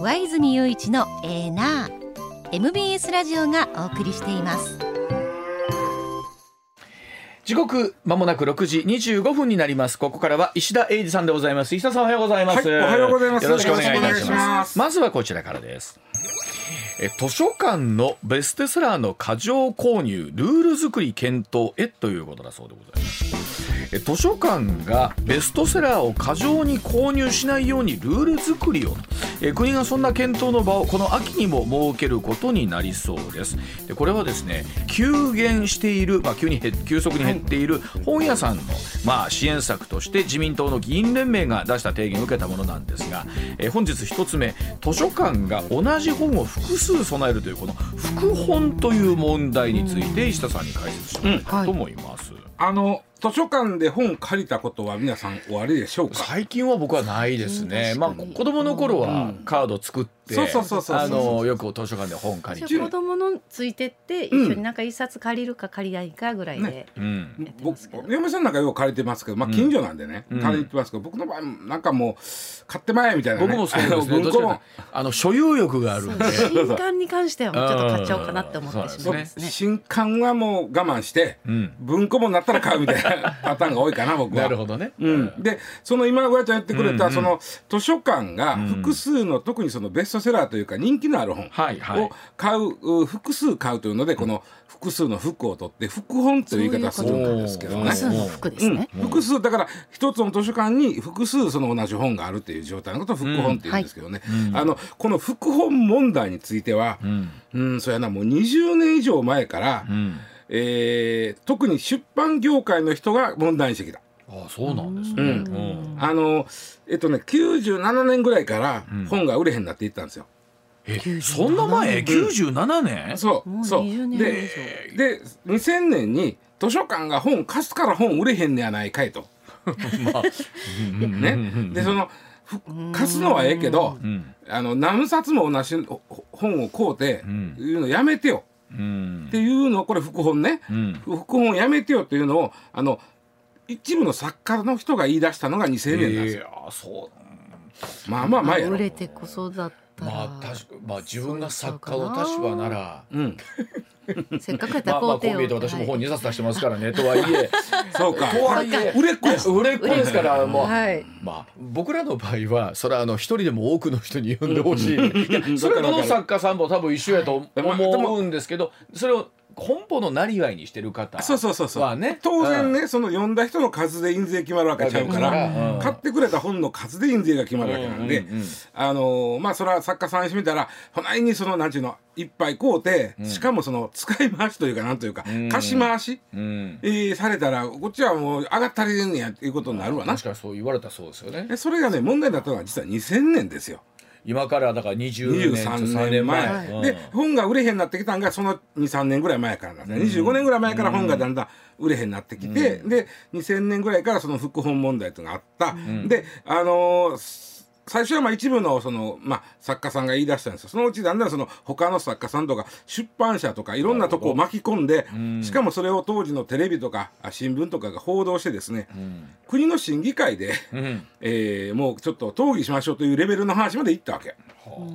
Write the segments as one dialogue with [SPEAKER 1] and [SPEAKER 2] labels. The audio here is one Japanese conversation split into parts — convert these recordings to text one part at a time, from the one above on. [SPEAKER 1] 和泉雄一のエーナー MBS ラジオがお送りしています
[SPEAKER 2] 時刻まもなく6時25分になりますここからは石田英二さんでございます石田さんおはようございます、
[SPEAKER 3] はいおはようございます
[SPEAKER 2] よろしくお願いいた
[SPEAKER 3] よろ
[SPEAKER 2] し
[SPEAKER 3] しくお願いし
[SPEAKER 2] ま
[SPEAKER 3] ますす
[SPEAKER 2] まずはこちらからですえ図書館のベステセラーの過剰購入ルール作り検討へということだそうでございますえ図書館がベストセラーを過剰に購入しないようにルール作りをえ国がそんな検討の場をこの秋にも設けることになりそうですでこれはですね急減している、まあ、急に減急速に減っている本屋さんの、まあ、支援策として自民党の議員連盟が出した提言を受けたものなんですがえ本日1つ目図書館が同じ本を複数備えるというこの副本という問題について石田さんに解説してもらいたいと思います。
[SPEAKER 3] あの図書館で本借りたことは皆さんおありでしょうか
[SPEAKER 2] 最近は僕はないですね。まあ子供の頃はカード作って、
[SPEAKER 3] そうそうそうそう
[SPEAKER 2] あのよく図書館で本借り
[SPEAKER 4] じ
[SPEAKER 2] て
[SPEAKER 4] ゃあ子、供のついてって一緒になんか一冊借りるか借りないかぐらいで、
[SPEAKER 3] ね
[SPEAKER 2] うん、
[SPEAKER 4] やってま
[SPEAKER 3] 僕
[SPEAKER 4] すけど
[SPEAKER 3] 嫁さんなんかよく借りてますけど、まあ、近所なんでね、
[SPEAKER 2] うん
[SPEAKER 3] 借りてますけど僕の場合なんかもう買ってまえみたいな、ね、
[SPEAKER 2] 僕もそうですね。
[SPEAKER 3] あの
[SPEAKER 2] どち
[SPEAKER 3] 文庫
[SPEAKER 2] ら
[SPEAKER 3] 本
[SPEAKER 2] かあの所有欲があるんで、
[SPEAKER 4] 新刊に関してはもうちょっと買っちゃおうかなって思ってしまいます
[SPEAKER 2] そう
[SPEAKER 4] ね
[SPEAKER 2] で
[SPEAKER 3] 新刊はもう我慢して、
[SPEAKER 2] うん
[SPEAKER 3] 文庫本になったら買うみたいな パターンが多いかな僕は。
[SPEAKER 2] なるほどね。
[SPEAKER 3] うん、でその今小屋ちゃんやってくれ
[SPEAKER 2] う
[SPEAKER 3] た、
[SPEAKER 2] んうん
[SPEAKER 3] その図書館が複数の、特にそのベストセラーというか人気のある本
[SPEAKER 2] はいはい
[SPEAKER 3] を買う、う複数買うというのでこの複数の服を取って副本という言い方をするんですけどね
[SPEAKER 4] 複。数の服ですね、
[SPEAKER 3] うん、複数だから一つの図書館に複数その同じ本があるという状態のことを副本って言うんですけどね、あのこの副本問題については、
[SPEAKER 2] うん、
[SPEAKER 3] うん、そうやなもう20年以上前から、
[SPEAKER 2] うん。
[SPEAKER 3] えー特に出版業界の人が問題にしてきた。
[SPEAKER 2] あ、そうなんですね。
[SPEAKER 3] うん
[SPEAKER 2] うん
[SPEAKER 3] あのえっとね97年ぐらいから本が売れへんなっていったんですよ。
[SPEAKER 2] え、そんな前、九十七年？
[SPEAKER 3] そう
[SPEAKER 4] もう
[SPEAKER 3] そう
[SPEAKER 4] 20年以上
[SPEAKER 3] でで2000年に図書館が本貸すから本売れへんねやないかいと。 ね、でそのふ貸すのはええけど
[SPEAKER 2] ん
[SPEAKER 3] あの何冊も同じほ本を買うて、
[SPEAKER 2] ん
[SPEAKER 3] いうのやめてよ
[SPEAKER 2] うん
[SPEAKER 3] っ。ていうのをこれ副本ね、
[SPEAKER 2] うん。
[SPEAKER 3] 副本やめてよっていうのをあの一部の作家の人が言い出したのが2000年なんです
[SPEAKER 2] い
[SPEAKER 3] よ、
[SPEAKER 2] や、そう。
[SPEAKER 3] まあまあ前やろ
[SPEAKER 4] 売。れてこそだったら、
[SPEAKER 2] まあ、たし、まあ、自分が作家の立場なら。
[SPEAKER 3] うん、
[SPEAKER 4] せっかくやった
[SPEAKER 2] ま
[SPEAKER 4] ら
[SPEAKER 2] あ、ま
[SPEAKER 4] 買
[SPEAKER 2] あ、こ
[SPEAKER 4] うて
[SPEAKER 2] う
[SPEAKER 4] よ
[SPEAKER 2] 見えて私も本2冊出してますからね、とはいえ。
[SPEAKER 3] そうか
[SPEAKER 2] とはいえ
[SPEAKER 3] 売れっ子です
[SPEAKER 2] 売れっ子ですから、もう。
[SPEAKER 4] はい
[SPEAKER 2] まあ、僕らの場合は、それはあの一人でも多くの人に読んでほしい。いやそれはどの作家さんも多分一緒やと
[SPEAKER 3] まあでも
[SPEAKER 2] 思うんですけど、それを本舗のなりわいにしてる方。
[SPEAKER 3] そうそうそうそう、
[SPEAKER 2] はね
[SPEAKER 3] 当然ね、その読んだ人の数で印税決まるわけちゃうから、
[SPEAKER 2] うん
[SPEAKER 3] 買ってくれた本の数で印税が決まるわけなんで、
[SPEAKER 2] うんうんうん
[SPEAKER 3] あのーまあそれは作家さんにしてみたらほないにそのなんちゅうのいっぱい買うて、しかもその使い回しというかなんというか、
[SPEAKER 2] ん
[SPEAKER 3] 貸し回し、
[SPEAKER 2] うん。
[SPEAKER 3] えーされたらこっちはもう上がったりでんねやっていうことになるわな
[SPEAKER 2] 確。かにそう言われたそうですよね。
[SPEAKER 3] でそれがね問題になったのは実は2000年ですよ
[SPEAKER 2] 今からだから20年と
[SPEAKER 3] 23
[SPEAKER 2] 3
[SPEAKER 3] 年
[SPEAKER 2] 年
[SPEAKER 3] 前
[SPEAKER 2] 前。うん
[SPEAKER 3] で本が売れへんなってきたんがその23年ぐらい前からなんですね25年ぐらい前から本がだんだん売れへんなってきて、で2000年ぐらいからその副本問題というのがあった、であのーす最初はまあ一部のその、まあ、作家さんが言い出したんですよそのうちだんだんその他の作家さんとか出版社とかいろんなとこを巻き込んで、しかもそれを当時のテレビとかあ新聞とかが報道してですね、国の審議会で、
[SPEAKER 2] ん
[SPEAKER 3] えーもうちょっと討議しましょうというレベルの話まで行ったわけ、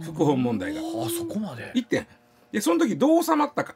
[SPEAKER 3] 副本問題が。
[SPEAKER 2] あそこまで。
[SPEAKER 3] 一点でその時どう収まったか、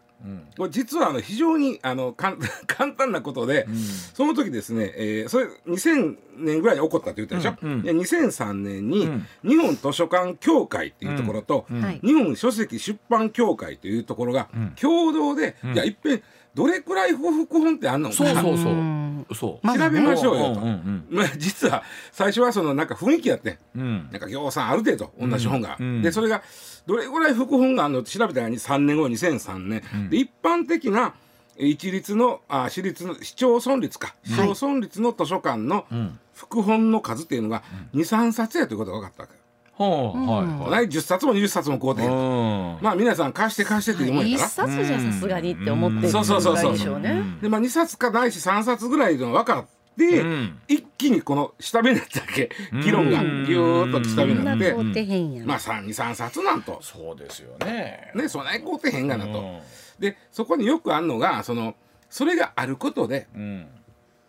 [SPEAKER 3] これ実はあの非常にあの簡 簡単なことで、その時ですね、えーそれ2000年ぐらいに起こったって言ったでしょ、で2003年に日本図書館協会っていうところと、
[SPEAKER 4] はい。
[SPEAKER 3] 日本書籍出版協会というところが共同で、いやいっぺんどれくらい不服本ってあんのか
[SPEAKER 2] そうそうそううんそう。
[SPEAKER 3] 調べましょうよと、
[SPEAKER 2] うんうん
[SPEAKER 3] まあ、実は最初はそのなんか雰囲気やってん
[SPEAKER 2] うんうん。
[SPEAKER 3] なんか行さんある程度同じ本が、
[SPEAKER 2] うんうん
[SPEAKER 3] でそれがどれぐらい副本があるのって調べたら3年後2003年、で一般的なえー一律のあ私立の市町村立か市町村立の図書館の副本の数っていうのが23冊やということが分かったわけよ。
[SPEAKER 2] はあはいはい。
[SPEAKER 3] 同じ10冊も20冊も買うてへん
[SPEAKER 2] うん。
[SPEAKER 3] まあ皆さん貸して貸してっていうもんや
[SPEAKER 4] 一
[SPEAKER 3] から。
[SPEAKER 4] 冊じゃさすがにって思ってる
[SPEAKER 3] そうそうそ
[SPEAKER 4] ぐ
[SPEAKER 3] う
[SPEAKER 4] ら
[SPEAKER 3] そ
[SPEAKER 4] いうでしょうね。
[SPEAKER 3] でまあ2冊かないし3冊ぐらいの分かって、
[SPEAKER 2] うん
[SPEAKER 3] 一気にこの下目になったわけ議論がぎゅーっと下目に
[SPEAKER 4] そん
[SPEAKER 3] な
[SPEAKER 4] な
[SPEAKER 3] って、
[SPEAKER 4] 買うてへんやん。
[SPEAKER 3] まあ23冊なんと。
[SPEAKER 2] そうですよね。
[SPEAKER 3] ね、そない買うてへんがなと。
[SPEAKER 2] うん
[SPEAKER 3] でそこによくあるのがそのそれがあることで、
[SPEAKER 2] うん。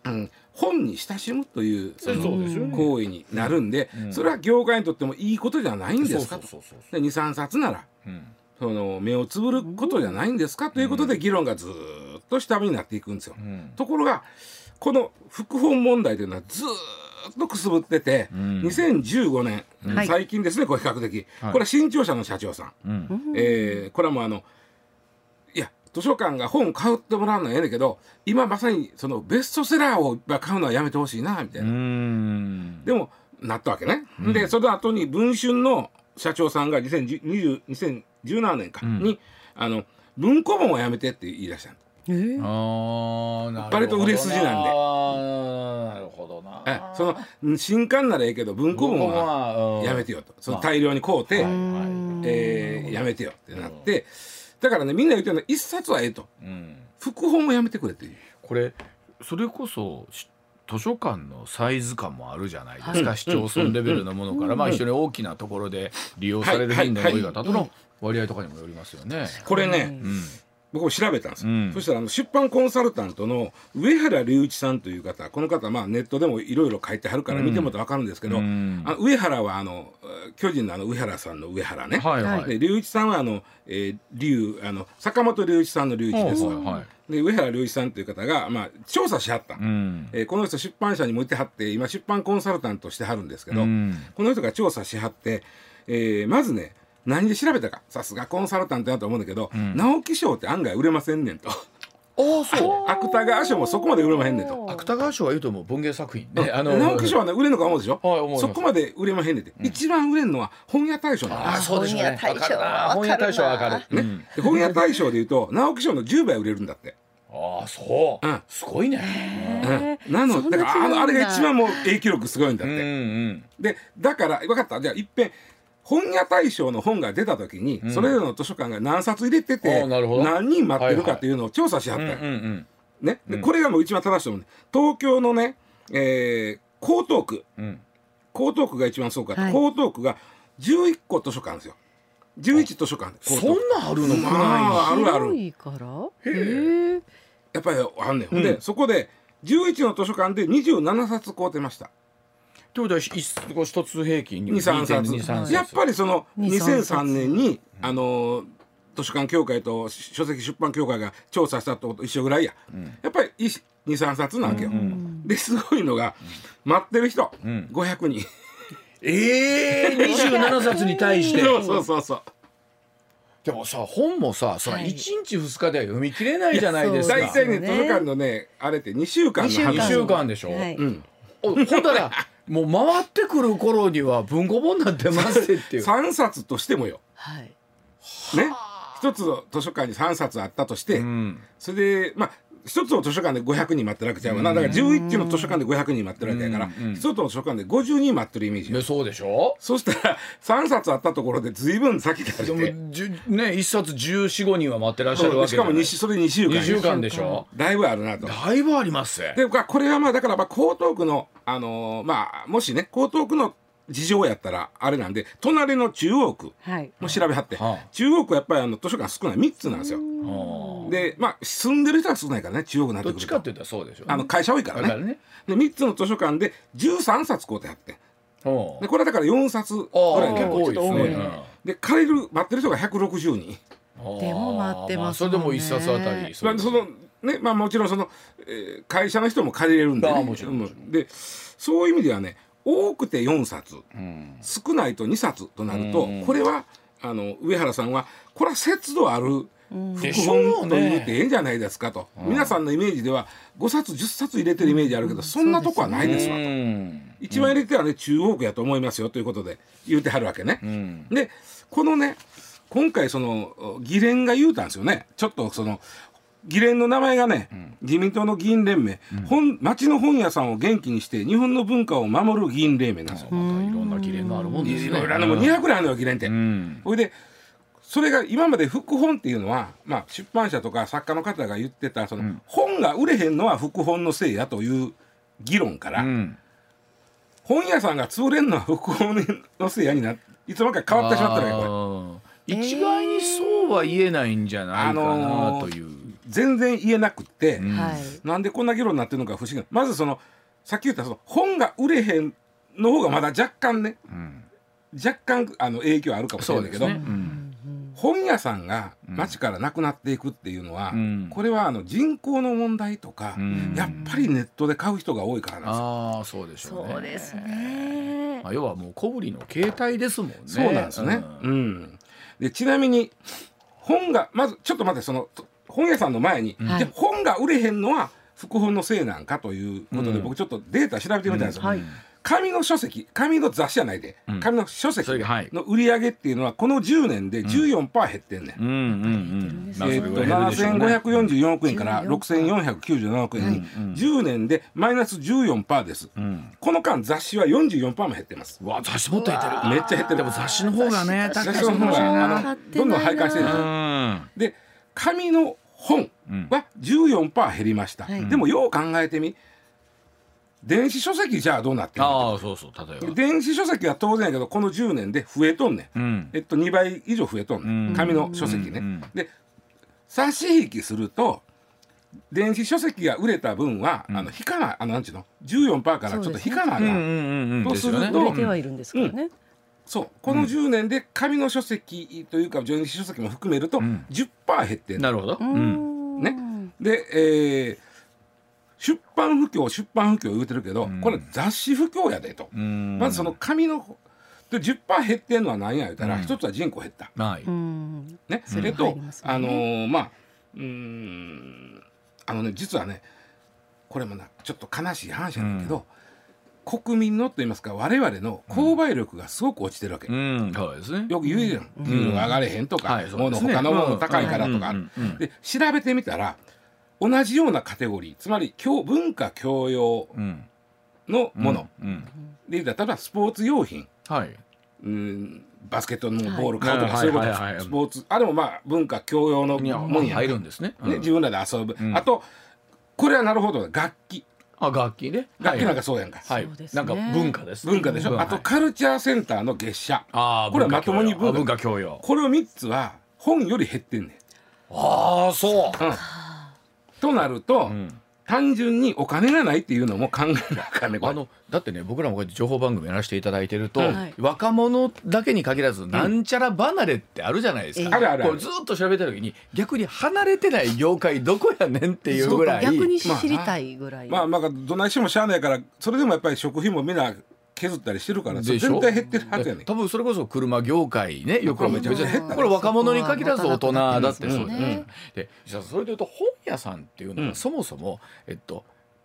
[SPEAKER 3] うん、本に親しむという
[SPEAKER 2] そう
[SPEAKER 3] その
[SPEAKER 2] ですよね
[SPEAKER 3] 行為になるんで、
[SPEAKER 2] うん
[SPEAKER 3] それは業界にとってもいいことじゃないんですかと
[SPEAKER 2] そうそうそうそう
[SPEAKER 3] で23冊なら
[SPEAKER 2] うん
[SPEAKER 3] その目をつぶることじゃないんですかということで議論がずーっと下火になっていくんですよ。
[SPEAKER 2] うん
[SPEAKER 3] ところがこの副本問題というのはずーっとくすぶってて、
[SPEAKER 2] うん
[SPEAKER 3] 2015年、
[SPEAKER 4] はい
[SPEAKER 3] 最近ですねこれ比較的、
[SPEAKER 2] はい
[SPEAKER 3] これは新潮社の社長さ
[SPEAKER 2] う
[SPEAKER 3] ん、
[SPEAKER 2] ん
[SPEAKER 3] えーこれはもうあのいや図書館が本買ってもらうのはええねんけど今まさにそのベストセラーを買うのはやめてほしいなみたいな、
[SPEAKER 2] うん
[SPEAKER 3] でもなったわけね、でその後に文春の社長さんが2010 20 2017年か
[SPEAKER 2] うん
[SPEAKER 3] に、あの文庫本はやめてって言い出したの
[SPEAKER 2] ああなるほどな
[SPEAKER 3] 割と売れ筋なんで
[SPEAKER 2] あーなるほどな
[SPEAKER 3] えその新刊ならええけど文庫本は
[SPEAKER 2] は
[SPEAKER 3] やめ
[SPEAKER 2] て
[SPEAKER 3] てよとその大量に買うて、
[SPEAKER 2] はいはい
[SPEAKER 3] えーやめてよってなってだからねみんな言ってるのは一冊はええと
[SPEAKER 2] うん
[SPEAKER 3] 副本もやめてくれっていう
[SPEAKER 2] これそれこそし図書館のサイズ感もあるじゃないですか、
[SPEAKER 3] はい
[SPEAKER 2] 市町村レベルのものから、まあ、非常に大きなところで利用される頻度の多い方との割合とかにもよりますよね。
[SPEAKER 3] これね
[SPEAKER 2] うん
[SPEAKER 3] 僕も調べたんですよ、
[SPEAKER 2] うん
[SPEAKER 3] そしたらあの出版コンサルタントの上原隆一さんという方この方まあネットでもいろいろ書いてはるから見てもらったら分かるんですけど、
[SPEAKER 2] うん
[SPEAKER 3] あの上原はあのえー巨人のあの上原さんの上原ね、
[SPEAKER 2] はいはい
[SPEAKER 3] で隆一さんはあの、えー龍あの坂本龍一さんの龍一です
[SPEAKER 2] はいはい
[SPEAKER 3] で上原隆一さんという方が、まあ、調査しはった、
[SPEAKER 2] うん
[SPEAKER 3] えーこの人出版社にもいてはって今出版コンサルタントしてはるんですけど、
[SPEAKER 2] うん
[SPEAKER 3] この人が調査しはって、えーまずね何で調べたかさすがコンサルタントだと思うんだけど、
[SPEAKER 2] ん
[SPEAKER 3] 直木賞って案外売れませんねんと
[SPEAKER 2] ああそう
[SPEAKER 3] 芥川賞もそこまで売れまへんねんと。
[SPEAKER 2] 芥川賞は言うともう文芸作品ね、あの
[SPEAKER 3] 直木賞はね売れんのか思うでしょ、
[SPEAKER 2] はい思います
[SPEAKER 3] そこまで売れまへんねんて、一番売れんのは本屋大賞なん
[SPEAKER 2] ああ
[SPEAKER 3] です
[SPEAKER 2] そうでしょうね
[SPEAKER 5] 本屋大賞
[SPEAKER 2] わかるな
[SPEAKER 5] わかるな
[SPEAKER 2] 本屋大賞はわかる、うん
[SPEAKER 3] で本屋大賞でいうと直木賞の10倍売れるんだって、
[SPEAKER 2] ああそう、
[SPEAKER 3] うん
[SPEAKER 2] すごいね
[SPEAKER 3] うんなの
[SPEAKER 4] そん
[SPEAKER 3] だ
[SPEAKER 4] な
[SPEAKER 3] からあ
[SPEAKER 4] 違うん
[SPEAKER 3] の
[SPEAKER 4] だ
[SPEAKER 3] あれが一番もう影響力すごいんだっ
[SPEAKER 2] うん
[SPEAKER 3] て、
[SPEAKER 2] うん
[SPEAKER 3] でだから分かったじゃあいっぺん本屋大賞の本が出た時に、
[SPEAKER 2] ん
[SPEAKER 3] それぞれの図書館が何冊入れてて
[SPEAKER 2] あーなるほど
[SPEAKER 3] 何人待ってる
[SPEAKER 2] はいは
[SPEAKER 3] か
[SPEAKER 2] い
[SPEAKER 3] っていうのを調査しはっ
[SPEAKER 2] う
[SPEAKER 3] た
[SPEAKER 2] ん
[SPEAKER 3] ん
[SPEAKER 2] う
[SPEAKER 3] よ
[SPEAKER 2] んうん
[SPEAKER 3] ねで
[SPEAKER 2] うん
[SPEAKER 3] これがもう一番正しいと思う東京のね、えー江東区
[SPEAKER 2] うん
[SPEAKER 3] 江東区が一番そうかった、
[SPEAKER 4] はい
[SPEAKER 3] 江東区が11個図書館ですよ11図書館江東
[SPEAKER 2] そん
[SPEAKER 3] 区
[SPEAKER 2] なあるの
[SPEAKER 3] ま
[SPEAKER 2] か
[SPEAKER 3] ああるあ
[SPEAKER 4] 広
[SPEAKER 3] る
[SPEAKER 4] いからへえ
[SPEAKER 3] やっぱりあんねん、
[SPEAKER 2] ん
[SPEAKER 3] でそこで11の図書館で27冊買うてました
[SPEAKER 2] ということは一一つ平均に
[SPEAKER 3] 23
[SPEAKER 2] 2-3
[SPEAKER 3] 冊やっぱりその
[SPEAKER 4] 2 3
[SPEAKER 3] 2003年にあのー図書館協会と書籍出版協会が調査したとこと一緒ぐらいや、やっぱり23冊なわけよ、ですごいのが待ってる人、
[SPEAKER 2] ん
[SPEAKER 3] 500人
[SPEAKER 2] ええー、27冊に対して
[SPEAKER 3] そうそうそうそう
[SPEAKER 2] でもさ本もさその1
[SPEAKER 4] はい
[SPEAKER 2] 日2日では読み切れないじゃないですか
[SPEAKER 4] いや
[SPEAKER 3] 大
[SPEAKER 4] そう
[SPEAKER 3] 体ね
[SPEAKER 4] ね
[SPEAKER 3] 図書館のねあれって2週間の話
[SPEAKER 2] 2週間でしょ、
[SPEAKER 4] はい
[SPEAKER 3] うん、
[SPEAKER 2] おほんだらもう回ってくる頃には文庫本なんてますって っていう
[SPEAKER 3] 3冊としてもよ
[SPEAKER 4] はい
[SPEAKER 3] ね一つの図書館に3冊あったとして、
[SPEAKER 2] うん
[SPEAKER 3] それでまあ一つの図書館で500人待ってるわけちゃうわな、だから11の図書館で500人待ってるわけやから、
[SPEAKER 2] うんうん
[SPEAKER 3] 一つの図書館で50人待ってるイメージよ
[SPEAKER 2] ねそうでしょ
[SPEAKER 3] そしたら3冊あったところで随分先だっ
[SPEAKER 2] で
[SPEAKER 3] て
[SPEAKER 2] もじゅね一冊1415人は待ってらっしゃる
[SPEAKER 3] そう
[SPEAKER 2] わ
[SPEAKER 3] で
[SPEAKER 2] け
[SPEAKER 3] し
[SPEAKER 2] じ
[SPEAKER 3] か
[SPEAKER 2] ゃな
[SPEAKER 3] も
[SPEAKER 2] い
[SPEAKER 3] 2それ2週間
[SPEAKER 2] 2週間でしょ
[SPEAKER 3] だいぶあるなと。
[SPEAKER 2] だいぶありますね
[SPEAKER 3] でまあこれはまあだからまあ江東区の、あのーまあ、もしね江東区の事情やったらあれなんで隣の中央区
[SPEAKER 4] はい
[SPEAKER 3] も調べはって、
[SPEAKER 2] はあ
[SPEAKER 3] 中央区はやっぱりあの図書館少ない3つなんですよ。
[SPEAKER 2] あー
[SPEAKER 3] でまあ住んでる人は少ないからね中央区になって
[SPEAKER 2] どっ
[SPEAKER 3] くる
[SPEAKER 2] ち
[SPEAKER 3] と
[SPEAKER 2] かって言ったらそうでしょ
[SPEAKER 3] あの会社多いから
[SPEAKER 2] だか
[SPEAKER 3] ね
[SPEAKER 2] らね
[SPEAKER 3] で3つの図書館で13冊買うてはって
[SPEAKER 2] うん
[SPEAKER 3] でこれはだから4冊ぐ
[SPEAKER 2] ああ
[SPEAKER 3] らい
[SPEAKER 2] 結
[SPEAKER 3] 結
[SPEAKER 2] 構
[SPEAKER 3] 構
[SPEAKER 2] 多いですね
[SPEAKER 4] ちょっと多い
[SPEAKER 2] うん
[SPEAKER 3] で借りる待ってる人が160人。
[SPEAKER 4] でも待ってます
[SPEAKER 2] あああそれでも
[SPEAKER 4] もんね
[SPEAKER 2] 一冊あたり
[SPEAKER 3] まあ、そのねまあもちろんその、えー会社の人も借りれるんで、ね、
[SPEAKER 2] ああもちろんもちろ
[SPEAKER 3] うんでそういう意味ではね多くて4冊
[SPEAKER 2] うん
[SPEAKER 3] 少ないと2冊となると、
[SPEAKER 2] うん
[SPEAKER 3] これはあの上原さんはこれは節度ある副
[SPEAKER 2] でしょう
[SPEAKER 3] 本と言う
[SPEAKER 2] ね
[SPEAKER 3] てええんじゃないですかと、皆さんのイメージでは5冊10冊入れてるイメージあるけど、そんなとこはないですわ、
[SPEAKER 2] うん
[SPEAKER 3] 一番入れてはね中央区やと思いますよということで言うてはるわけね。
[SPEAKER 2] うん
[SPEAKER 3] でこのね今回その議連が言うたんですよねちょっとその議連の名前がね、自民党の議員連盟、本町の本屋さんを元気にして日本の文化を守る議員連盟なんですよ。
[SPEAKER 2] またいろんな議連があるもんですね
[SPEAKER 3] いろいろあのもう200ぐらいあるのよ議連って。
[SPEAKER 2] うん
[SPEAKER 3] ほいでそれが今まで副本っていうのは、まあ、出版社とか作家の方が言ってたその、本が売れへんのは副本のせいやという議論から、
[SPEAKER 2] うん
[SPEAKER 3] 本屋さんが潰れんのは副本のせいやにないつの間にか変わってしまったのよこれ。
[SPEAKER 2] あー一概にそうは言えないんじゃないかなという、
[SPEAKER 3] 全然言えなくって、
[SPEAKER 4] はい
[SPEAKER 3] なんでこんな議論になってるのか不思議なまずそのさっき言ったその本が売れへんの方がまだ若干ね
[SPEAKER 2] うん
[SPEAKER 3] 若干あの影響あるかもしれないけ
[SPEAKER 2] そ
[SPEAKER 3] ど、
[SPEAKER 2] うですねうん
[SPEAKER 3] 本屋さんが
[SPEAKER 2] うん
[SPEAKER 3] 町からなくなっていくっていうのは、
[SPEAKER 2] うん
[SPEAKER 3] これはあの人口の問題とか、
[SPEAKER 2] うん
[SPEAKER 3] やっぱりネットで買う人が多いからなんですよ
[SPEAKER 2] ああそうでしょうね
[SPEAKER 4] そうですね
[SPEAKER 2] まあ、要はもう小売りの携帯ですもんね
[SPEAKER 3] そうなんですね。う
[SPEAKER 2] うん
[SPEAKER 3] ん、でちなみに本がまずちょっと待ってそのと本屋さんの前に、
[SPEAKER 1] はい
[SPEAKER 3] じゃあ本が売れへんのは副本のせいなんかということで、
[SPEAKER 2] うん
[SPEAKER 3] 僕ちょっとデータ調べてみたんですよ。
[SPEAKER 4] うんはい
[SPEAKER 3] 紙の書籍紙の雑誌じゃないで、
[SPEAKER 2] うん
[SPEAKER 3] 紙の書籍
[SPEAKER 2] それがはい
[SPEAKER 3] の売り上げっていうのはこの10年で14%減ってんねん。
[SPEAKER 2] うんうんうんまあ
[SPEAKER 3] え
[SPEAKER 2] それ
[SPEAKER 3] っと
[SPEAKER 2] ぐらい減るでしょうね
[SPEAKER 3] 7544億円から6497億円に
[SPEAKER 2] うんうん
[SPEAKER 3] 10年でマイナス14%です
[SPEAKER 2] うん
[SPEAKER 3] この間雑誌は44%も減ってます
[SPEAKER 2] うわ雑誌もっと減ってる
[SPEAKER 3] めっちゃ減ってる
[SPEAKER 2] でも雑誌の方がね
[SPEAKER 4] 雑誌
[SPEAKER 2] 高
[SPEAKER 3] 雑
[SPEAKER 2] い
[SPEAKER 3] 誌の方があのどんどん廃刊してる
[SPEAKER 2] う
[SPEAKER 3] じゃん
[SPEAKER 2] ん
[SPEAKER 3] で紙の本
[SPEAKER 2] うん
[SPEAKER 3] は14%減りました、
[SPEAKER 4] はい
[SPEAKER 3] でもよう考えてみ電子書籍じゃあどうなってるの
[SPEAKER 2] ああそうそう例えば
[SPEAKER 3] 電子書籍は当然やけどこの10年で増えとんねん
[SPEAKER 2] うん
[SPEAKER 3] えっと、2倍以上増えとんねん、
[SPEAKER 2] うん
[SPEAKER 3] 紙の書籍ね、
[SPEAKER 2] うん
[SPEAKER 3] で差し引きすると電子書籍が売れた分は、あの引かなあのなんちゅうの14%からちょっと引かなあか
[SPEAKER 2] う
[SPEAKER 3] ん
[SPEAKER 2] ん
[SPEAKER 3] そ
[SPEAKER 2] う
[SPEAKER 3] う,、
[SPEAKER 2] んうん
[SPEAKER 3] そうすると
[SPEAKER 2] です
[SPEAKER 4] 売
[SPEAKER 2] よ
[SPEAKER 4] れ
[SPEAKER 2] ね
[SPEAKER 4] てはいるんですからね、
[SPEAKER 3] この10年で紙の書籍というか電子書籍も含めると
[SPEAKER 2] ん
[SPEAKER 3] 10%減ってんねん
[SPEAKER 2] なるほどう
[SPEAKER 4] うんん
[SPEAKER 3] ねで、えー出版不況出版不況言うてるけど、これ雑誌不況やでと、
[SPEAKER 2] うん
[SPEAKER 3] まずその紙ので10%減ってんのは何や言うたら、一つは人口減った、
[SPEAKER 2] はい
[SPEAKER 4] うん
[SPEAKER 3] ね、
[SPEAKER 4] そ
[SPEAKER 3] それ
[SPEAKER 4] れも
[SPEAKER 3] と、
[SPEAKER 4] 入りますよね
[SPEAKER 3] あのーまあうーんあのね実はねこれもなちょっと悲しい話なんだけど、国民のと言いますか我々の購買力がすごく落ちてるわけ、
[SPEAKER 2] うんそうですね
[SPEAKER 3] よく言うじゃん
[SPEAKER 2] ん
[SPEAKER 3] 給料が上がれへんと
[SPEAKER 2] は
[SPEAKER 3] か、
[SPEAKER 2] いそう
[SPEAKER 3] もの
[SPEAKER 2] ですね
[SPEAKER 3] 他のもの高いからとか、
[SPEAKER 2] うんうんうんうん
[SPEAKER 3] で調べてみたら同じようなカテゴリーつまり教文化教養
[SPEAKER 2] うん
[SPEAKER 3] のもの、
[SPEAKER 2] うん
[SPEAKER 3] で例えばスポーツ用品
[SPEAKER 2] はい
[SPEAKER 3] うんバスケットのボール買うとか、
[SPEAKER 2] はい
[SPEAKER 3] そういうこと、
[SPEAKER 2] はいはいはい
[SPEAKER 3] スポーツあれもまあ文化教養の
[SPEAKER 2] いや
[SPEAKER 3] もんやん
[SPEAKER 2] 入るんですねうん
[SPEAKER 3] ね、自分らで遊ぶ、
[SPEAKER 2] ん
[SPEAKER 3] あとこれはなるほど楽器
[SPEAKER 2] あ楽器ね
[SPEAKER 3] 楽器なん
[SPEAKER 2] か
[SPEAKER 3] かそうやんか、
[SPEAKER 2] はい
[SPEAKER 4] そうです
[SPEAKER 2] な
[SPEAKER 4] ね
[SPEAKER 2] んか文化です
[SPEAKER 3] 文化でしょ、
[SPEAKER 2] うん
[SPEAKER 3] あと
[SPEAKER 2] はい
[SPEAKER 3] カルチャーセンターの月謝
[SPEAKER 2] ああ
[SPEAKER 3] これはまともに文
[SPEAKER 2] 文
[SPEAKER 3] 化
[SPEAKER 2] 化教養
[SPEAKER 3] これを3つは本より減ってんね
[SPEAKER 2] ああそ
[SPEAKER 3] ん、うん、となると、
[SPEAKER 2] う、うん、
[SPEAKER 3] 単純にお金がないっていうのも考えなあかんねこ
[SPEAKER 2] あ
[SPEAKER 3] れ
[SPEAKER 2] のだってね僕らもこうやって情報番組やらせていただいてると、
[SPEAKER 4] はい
[SPEAKER 2] 若者だけに限らずなんちゃら離れってあるじゃないですか、
[SPEAKER 3] あるあるあ
[SPEAKER 2] こ
[SPEAKER 3] る
[SPEAKER 2] うずっと調べた時に逆に離れてない業界どこやねんっていうぐらい
[SPEAKER 4] 逆に知りたいぐらい、
[SPEAKER 3] まあまあどないしてもしゃあないからそれでもやっぱり食費もみんな削ったりしてるから
[SPEAKER 2] でしょ
[SPEAKER 3] 全体減ってるはずやねん
[SPEAKER 2] 多分それこそ車業界ねよく
[SPEAKER 3] これめちゃめちゃ減った
[SPEAKER 2] これ若者に限らず大人だってそう
[SPEAKER 4] うん
[SPEAKER 2] で,、
[SPEAKER 4] うん
[SPEAKER 2] で実はそれでいうと本屋さんっていうの
[SPEAKER 3] う
[SPEAKER 2] は
[SPEAKER 3] ん
[SPEAKER 2] そもそも、えっと、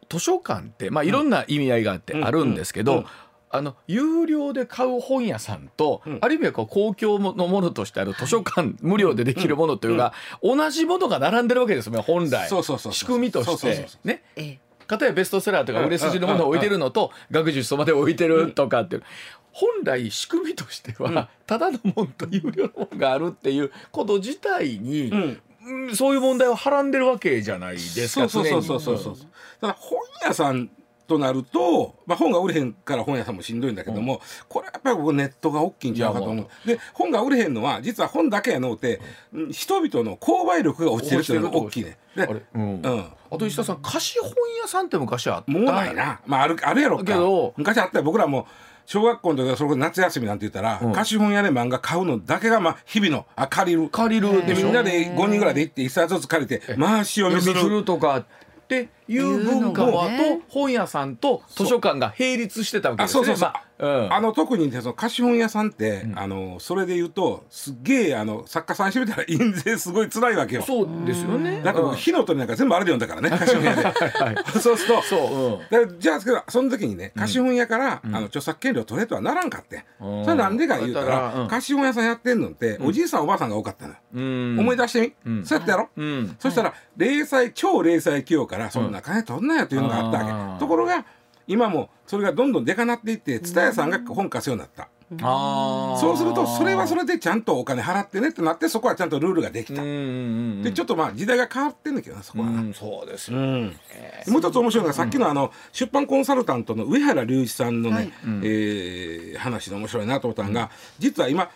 [SPEAKER 2] 図書館って、まあ、いろんな意味合いがあって
[SPEAKER 3] うん
[SPEAKER 2] あるんですけ
[SPEAKER 3] うん
[SPEAKER 2] ど、
[SPEAKER 3] うん
[SPEAKER 2] あの有料で買う本屋さんと、
[SPEAKER 3] うん
[SPEAKER 2] ある意味はこう公共のものとしてある図書館、無料でできるものというか、同じものが並んでるわけですよね本来
[SPEAKER 3] そうそうそうそう
[SPEAKER 2] 仕組みと
[SPEAKER 3] そう
[SPEAKER 2] し
[SPEAKER 3] そうそう
[SPEAKER 2] て
[SPEAKER 3] そ
[SPEAKER 2] ね
[SPEAKER 4] ええ
[SPEAKER 2] 片やベストセラーとか売れ筋のものを置いてるのと学術書まで置いてるとかっていう本来仕組みとしてはただのもんと有料のもんがあるっていうこと自体に
[SPEAKER 3] うん
[SPEAKER 2] うんそういう問題をはらんでるわけじゃないです
[SPEAKER 3] そ
[SPEAKER 2] か
[SPEAKER 3] うそうそうそうそうそうただ本屋さんとなると、まあ、本が売れへんから本屋さんもしんどいんだけども、これはやっぱり僕ネットが大きいんちゃうかと
[SPEAKER 2] い
[SPEAKER 3] 思
[SPEAKER 2] や
[SPEAKER 3] うで本が売れへんのは実は本だけやのうて、うん人々の購買力が落ちてるっていうのが大きいね
[SPEAKER 2] 常に
[SPEAKER 3] で
[SPEAKER 2] あれうん
[SPEAKER 3] う
[SPEAKER 2] あ
[SPEAKER 3] ん
[SPEAKER 2] と石田さん貸本屋さんって昔あった
[SPEAKER 3] もうないな、まあ、あるあるやろか
[SPEAKER 2] けど
[SPEAKER 3] 昔あったよ僕らも小学校の時はそれこそ夏休みなんて言ったら、
[SPEAKER 2] うん
[SPEAKER 3] 貸本屋で漫画買うのだけがまあ日々のあ借りる
[SPEAKER 2] 借りる
[SPEAKER 3] で
[SPEAKER 2] でし
[SPEAKER 3] み
[SPEAKER 2] ょ
[SPEAKER 3] んなで5人ぐらいで行って1冊ずつ借りて回し読みす
[SPEAKER 2] 読みす
[SPEAKER 3] る
[SPEAKER 2] るとかっていう文化
[SPEAKER 4] いうの
[SPEAKER 2] は
[SPEAKER 4] がね
[SPEAKER 2] と本屋さんと図書館が並立してたわけ
[SPEAKER 3] あ
[SPEAKER 2] です
[SPEAKER 3] そ
[SPEAKER 2] よ
[SPEAKER 3] う
[SPEAKER 2] ね
[SPEAKER 3] そうそう、
[SPEAKER 2] まあうん
[SPEAKER 3] あの特にねその貸本屋さんって、あのそれで言うとすっげえあの作家さんしてみたら印税すごい辛いわけよ
[SPEAKER 2] そうですよね
[SPEAKER 3] だって僕火の鳥なんか全部あれで読んだから ね貸本屋でそうすると
[SPEAKER 2] そう、
[SPEAKER 3] だからじゃあけどその時にね貸本屋から、あの著作権料取れとはならんかって、
[SPEAKER 2] うん
[SPEAKER 3] それなんでか言うた
[SPEAKER 2] だからう
[SPEAKER 3] ら
[SPEAKER 2] ん
[SPEAKER 3] 貸本屋さんやってんのって、おじいさんおばあさんが多かったのよ、
[SPEAKER 2] うん、
[SPEAKER 3] 思い出してみ、
[SPEAKER 2] うん
[SPEAKER 3] そうやってやろ、
[SPEAKER 2] うん、
[SPEAKER 3] そしたら零細超零細企業からそんな金取んなよというのがあった
[SPEAKER 2] うん
[SPEAKER 3] わ
[SPEAKER 2] あー
[SPEAKER 3] けところが今もそれがどんどんでかなっていって蔦屋さんが本貸すようになった
[SPEAKER 2] あ
[SPEAKER 3] そうするとそれはそ
[SPEAKER 2] れ
[SPEAKER 3] れでちゃんとお金払ってねってなってそこはちゃんとルールができ
[SPEAKER 2] うん
[SPEAKER 3] た
[SPEAKER 2] うん
[SPEAKER 3] でちょ
[SPEAKER 2] っ
[SPEAKER 3] っとまあ時代が変わってんだけどなそこはな
[SPEAKER 2] うん、そうです
[SPEAKER 3] う
[SPEAKER 2] よ、
[SPEAKER 3] んもう一つ面白いのがさっきのあの出版コンサルタントの上原隆一さんの
[SPEAKER 4] は
[SPEAKER 3] ね
[SPEAKER 4] い
[SPEAKER 3] えー話で面白いなと思ったのが実は今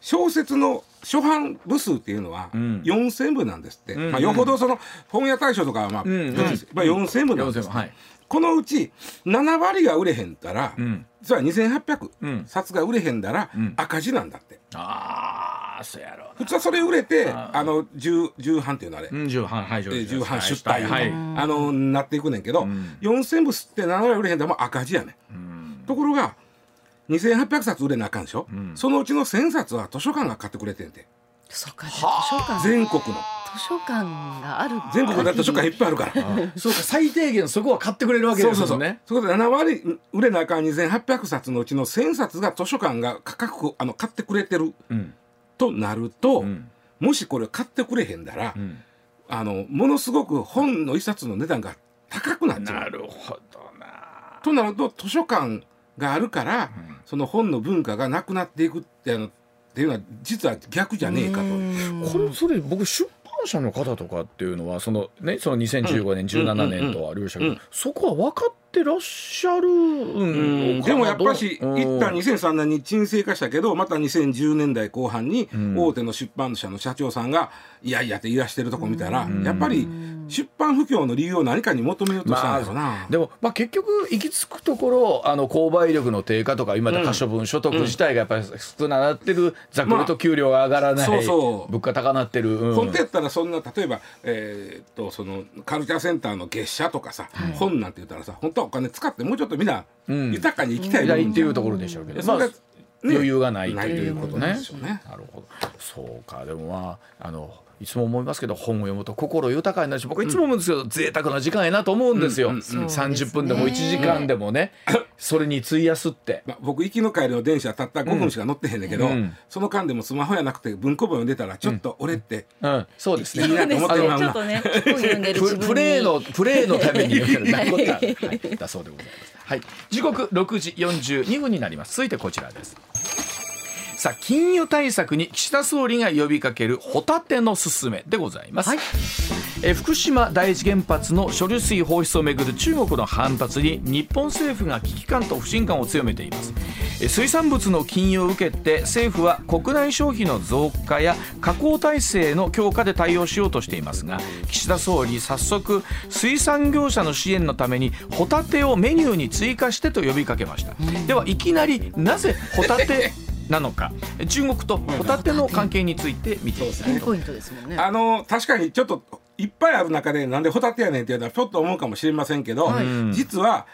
[SPEAKER 3] 小説の初版部数っていうのは
[SPEAKER 2] うん
[SPEAKER 3] 4,000部なんですって、
[SPEAKER 2] うん
[SPEAKER 3] まあ、よほどその本屋大賞とかはまあ、
[SPEAKER 2] うんうん
[SPEAKER 3] 別ですまあ、4,000部なんですって、
[SPEAKER 2] はい
[SPEAKER 3] このうち7割が売れへんたら、
[SPEAKER 2] うん
[SPEAKER 3] 実は2,800
[SPEAKER 2] うん
[SPEAKER 3] 冊が売れへんだら
[SPEAKER 2] うん
[SPEAKER 3] 赤字なんだって。
[SPEAKER 2] ああそうやろう
[SPEAKER 3] 普通はそれ売れて
[SPEAKER 2] あ
[SPEAKER 3] あの10 10版っていうのあれ、
[SPEAKER 2] うん重版はい上
[SPEAKER 3] え
[SPEAKER 2] 手
[SPEAKER 3] ー、10版出
[SPEAKER 2] は
[SPEAKER 3] 版
[SPEAKER 2] い
[SPEAKER 3] いうの、
[SPEAKER 2] はい
[SPEAKER 3] あのなっていくねんけど、
[SPEAKER 2] うん
[SPEAKER 3] 4,000部吸って7割売れへんだらもう赤字やねん。
[SPEAKER 2] うん
[SPEAKER 3] ところが2800冊売れなあかんでしょ、
[SPEAKER 2] うん
[SPEAKER 3] そのうちの1000冊は図書館が買ってくれてんて
[SPEAKER 4] そうか。図書
[SPEAKER 2] は
[SPEAKER 4] 館。
[SPEAKER 3] 全国の
[SPEAKER 4] 図書館がある。
[SPEAKER 3] 全国だって図書館いっぱいあるから
[SPEAKER 2] あーそうか最低限そこは買ってくれるわけ
[SPEAKER 3] そ
[SPEAKER 2] で
[SPEAKER 3] う
[SPEAKER 2] す
[SPEAKER 3] そうそ
[SPEAKER 2] も
[SPEAKER 3] うん
[SPEAKER 2] ね
[SPEAKER 3] そういうことで7割売れなあかん2800冊のうちの1000冊が図書館が価格あの買ってくれてる
[SPEAKER 2] うん
[SPEAKER 3] となると、
[SPEAKER 2] うん
[SPEAKER 3] もしこれ買ってくれへんだら、
[SPEAKER 2] うん
[SPEAKER 3] あのものすごく本の一冊の値段が高くなっちゃ
[SPEAKER 2] な
[SPEAKER 3] う。
[SPEAKER 2] るほどな
[SPEAKER 3] となると図書館があるから、
[SPEAKER 2] うん
[SPEAKER 3] その本の文化がなくなっていくってあのっていうのは実は逆じゃねえかと。
[SPEAKER 4] と
[SPEAKER 2] これそれ僕出版社の方とかっていうのはそのねその2015年、17年とはありましたけど、
[SPEAKER 3] うん
[SPEAKER 2] そこは分かってらっしゃるん
[SPEAKER 3] でもやっぱし一
[SPEAKER 2] うん
[SPEAKER 3] 旦2003年に沈静化したけどまた2010年代後半に
[SPEAKER 2] うん
[SPEAKER 3] 大手の出版社の社長さんが「いやいや」って言わしてるとこ見たら
[SPEAKER 2] うん
[SPEAKER 3] やっぱり出版不況の理由を何かに求めようとしたんだろうな。
[SPEAKER 2] でも、まあ、結局行き着くところあの購買力の低下とか今また可処分所得自体がやっぱり少なくなってる、ざっくりと給料が上がらない、
[SPEAKER 3] まあそうそう
[SPEAKER 2] 物価高なってる、うん
[SPEAKER 3] 本当やったらそんな例えば、えーっとそのカルチャーセンターの月謝とかさ、本なんて言ったらさ本当はお金使ってもうちょっとみんな
[SPEAKER 2] うん
[SPEAKER 3] 豊かに生きたい
[SPEAKER 2] いや
[SPEAKER 3] も
[SPEAKER 2] 言
[SPEAKER 3] ん
[SPEAKER 2] っ
[SPEAKER 3] じ
[SPEAKER 2] て
[SPEAKER 3] ゃん
[SPEAKER 2] るところでしょうけど、
[SPEAKER 3] それが
[SPEAKER 2] まあ
[SPEAKER 3] ね
[SPEAKER 2] 余裕がない
[SPEAKER 3] ないということなんですよね。
[SPEAKER 2] なるほどそうかでもまああのいつも思いますけど本を読むと心豊かになるし僕いつも思うんですけど、贅沢な時間やなと思うんですよ、30分でも1時間でもね、それに費やすって
[SPEAKER 3] まあ、僕行きの帰りの電車たった5分しか乗ってへんねんけど、
[SPEAKER 2] うん
[SPEAKER 3] その間でもスマホやなくて文庫本読んでたらちょっと俺って、
[SPEAKER 2] うんそうです
[SPEAKER 3] いい
[SPEAKER 2] ね
[SPEAKER 3] な
[SPEAKER 4] そう
[SPEAKER 3] と
[SPEAKER 4] で
[SPEAKER 3] 思
[SPEAKER 4] す
[SPEAKER 3] ってもら
[SPEAKER 4] ね。
[SPEAKER 3] うな
[SPEAKER 4] ちょっとね、本読んでる自
[SPEAKER 2] プ
[SPEAKER 4] 分に。
[SPEAKER 2] プレーのプレーのために読めるな るほどはい、だそうでございます。はい、時刻六時四十二分になります。続いてこちらです。さあ金融対策に岸田総理が呼びかけるホタテのすすめでございます。
[SPEAKER 4] はい
[SPEAKER 2] えー福島第一原発の処理水放出をめぐる中国の反発に日本政府が危機感と不信感を強めていますえー水産物の禁輸を受けて政府は国内消費の増加や加工体制の強化で対応しようとしていますが岸田総理早速水産業者の支援のためにホタテをメニューに追加してと呼びかけましたではいきなりなぜホタテなのか中国とホタテの関係について見ていきた
[SPEAKER 4] ピ
[SPEAKER 2] い
[SPEAKER 4] ン
[SPEAKER 2] と思
[SPEAKER 4] ポ
[SPEAKER 2] い
[SPEAKER 4] イン
[SPEAKER 2] ます
[SPEAKER 4] トですもんね。
[SPEAKER 3] あの確かにちょっといっぱいある中でなんでホタテやねんっていうのはちょっと思うかもしれませんけど、
[SPEAKER 4] はい
[SPEAKER 3] 実は、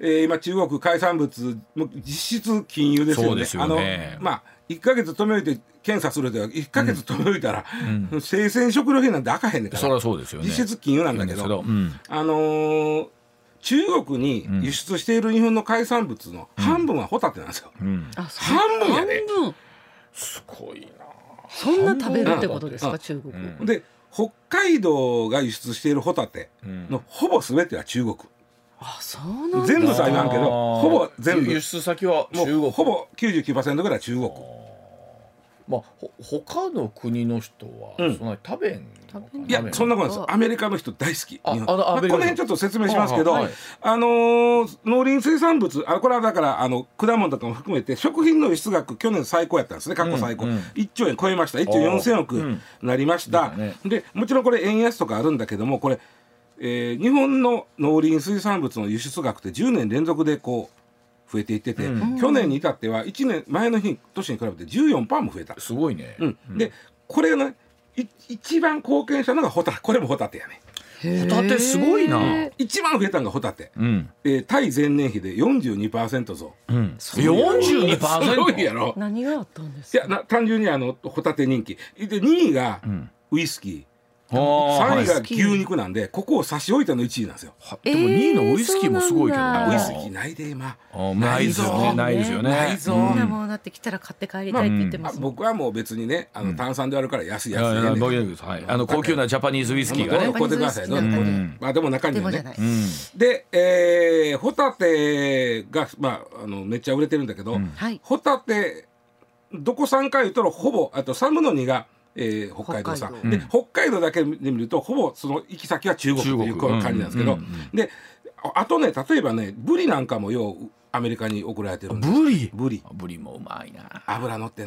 [SPEAKER 3] えー今中国海産物もう実質禁輸ですよね。
[SPEAKER 2] そうですよね
[SPEAKER 3] あのまあ1か月止め置いて検査するというか1か月止め置いたら、生鮮食料品なんて赤へんねんから
[SPEAKER 2] そりゃそうですよね
[SPEAKER 3] 実質禁輸なんだけ
[SPEAKER 2] です
[SPEAKER 3] ど
[SPEAKER 2] けどうん
[SPEAKER 3] あのー中国に輸出している日本の海産物の半分はホタテなんですよ。
[SPEAKER 2] うん
[SPEAKER 4] あそう
[SPEAKER 3] 半分やで
[SPEAKER 4] 半分。
[SPEAKER 2] すごいな
[SPEAKER 4] そんな食べるってことです
[SPEAKER 3] う
[SPEAKER 4] か
[SPEAKER 3] ん
[SPEAKER 4] 中国。
[SPEAKER 2] ん
[SPEAKER 3] で北海道が輸出しているホタテのほぼ全ては中国、
[SPEAKER 4] あそうなんだ。
[SPEAKER 3] 全部さえなんけど
[SPEAKER 2] あー
[SPEAKER 3] ほぼ全部
[SPEAKER 2] 輸出先は中
[SPEAKER 3] もう
[SPEAKER 2] 国
[SPEAKER 3] ほぼ99%ぐらい中国
[SPEAKER 2] まあほ他の国の人はそ
[SPEAKER 3] うん
[SPEAKER 2] んなに食べんのか
[SPEAKER 4] 食べない
[SPEAKER 3] いやそんなことないです
[SPEAKER 4] あ
[SPEAKER 3] アメリカの人大好き日
[SPEAKER 2] あ
[SPEAKER 3] 本
[SPEAKER 2] あの
[SPEAKER 3] まあ
[SPEAKER 2] アメ
[SPEAKER 3] こ
[SPEAKER 2] リカ
[SPEAKER 3] の
[SPEAKER 2] の人
[SPEAKER 3] 辺ちょっと説明しますけど、
[SPEAKER 2] はいはい
[SPEAKER 3] あのー農林水産物あこれはだからあの果物とかも含めて食品の輸出額去年最高やったんですね過去最高、
[SPEAKER 2] うんうん
[SPEAKER 3] 1兆円超えました1兆4000億
[SPEAKER 2] うん
[SPEAKER 3] なりまし
[SPEAKER 2] だ
[SPEAKER 3] た、
[SPEAKER 2] ね
[SPEAKER 3] でもちろんこれ円安とかあるんだけどもこれ、えー日本の農林水産物の輸出額って10年連続でこう増えていってて、
[SPEAKER 2] う
[SPEAKER 3] 去年に至っては1年前の日年に比べて14パーも増えた、
[SPEAKER 2] すごいね、
[SPEAKER 3] うんでこれのい一番貢献したのがホタこれもホタテやね
[SPEAKER 2] ホタテすごいな
[SPEAKER 4] へー
[SPEAKER 3] 一番増えたのがホタテ、
[SPEAKER 2] うん
[SPEAKER 3] えー対前年比で42%増
[SPEAKER 2] うん
[SPEAKER 4] う
[SPEAKER 2] 42%
[SPEAKER 3] すごいやろ
[SPEAKER 4] 何があったんです
[SPEAKER 3] い
[SPEAKER 4] か。
[SPEAKER 3] やな単純にあのホタテ人気で2位が
[SPEAKER 2] うん
[SPEAKER 3] ウイスキ
[SPEAKER 2] あー
[SPEAKER 3] ー、3
[SPEAKER 2] は
[SPEAKER 3] 位
[SPEAKER 2] い
[SPEAKER 3] が牛肉なんでここを差し置いたの1位なんですよ
[SPEAKER 2] はでも2位のウイスキーもすごいけど
[SPEAKER 4] えー
[SPEAKER 2] な
[SPEAKER 4] あそ
[SPEAKER 3] ウイス
[SPEAKER 4] うなんだ
[SPEAKER 3] キーないで今
[SPEAKER 2] あーないですよね
[SPEAKER 4] な
[SPEAKER 2] ないい
[SPEAKER 4] ぞ
[SPEAKER 2] ですよね
[SPEAKER 3] ないぞ
[SPEAKER 4] そんな
[SPEAKER 2] うん
[SPEAKER 4] ものだって来たら買って帰りたいって言ってま
[SPEAKER 3] あ
[SPEAKER 4] すもん。
[SPEAKER 3] 僕はもう別にねあの炭酸であるから安い
[SPEAKER 2] い
[SPEAKER 3] 安
[SPEAKER 2] やい
[SPEAKER 3] い
[SPEAKER 2] や
[SPEAKER 3] ねんけど
[SPEAKER 2] 僕はですはいあの高級なジャパニーズウイスキーが
[SPEAKER 3] ど
[SPEAKER 2] ね
[SPEAKER 3] うぞこうでくださいどうぞこうで
[SPEAKER 2] うん
[SPEAKER 3] まあでも中身
[SPEAKER 4] で
[SPEAKER 3] は
[SPEAKER 4] もじゃな
[SPEAKER 3] ね
[SPEAKER 4] い。
[SPEAKER 2] うん
[SPEAKER 3] で、えーホタテがまああのめっちゃ売れてるんだけど、
[SPEAKER 2] ん
[SPEAKER 4] はい。
[SPEAKER 3] ホタテどこ産か言うとほぼあと3分の2が、えー北海道産
[SPEAKER 4] 北
[SPEAKER 2] 海道
[SPEAKER 3] で北海道だけで見るとほぼその行き先は中国っていうこういう感じなんですけど、
[SPEAKER 2] うんうんうん
[SPEAKER 3] でああとね例えばねブリなんかもようアメリカに送られてるんです
[SPEAKER 2] ブリ
[SPEAKER 3] ブリ
[SPEAKER 2] ブリもうまいな
[SPEAKER 3] 油乗って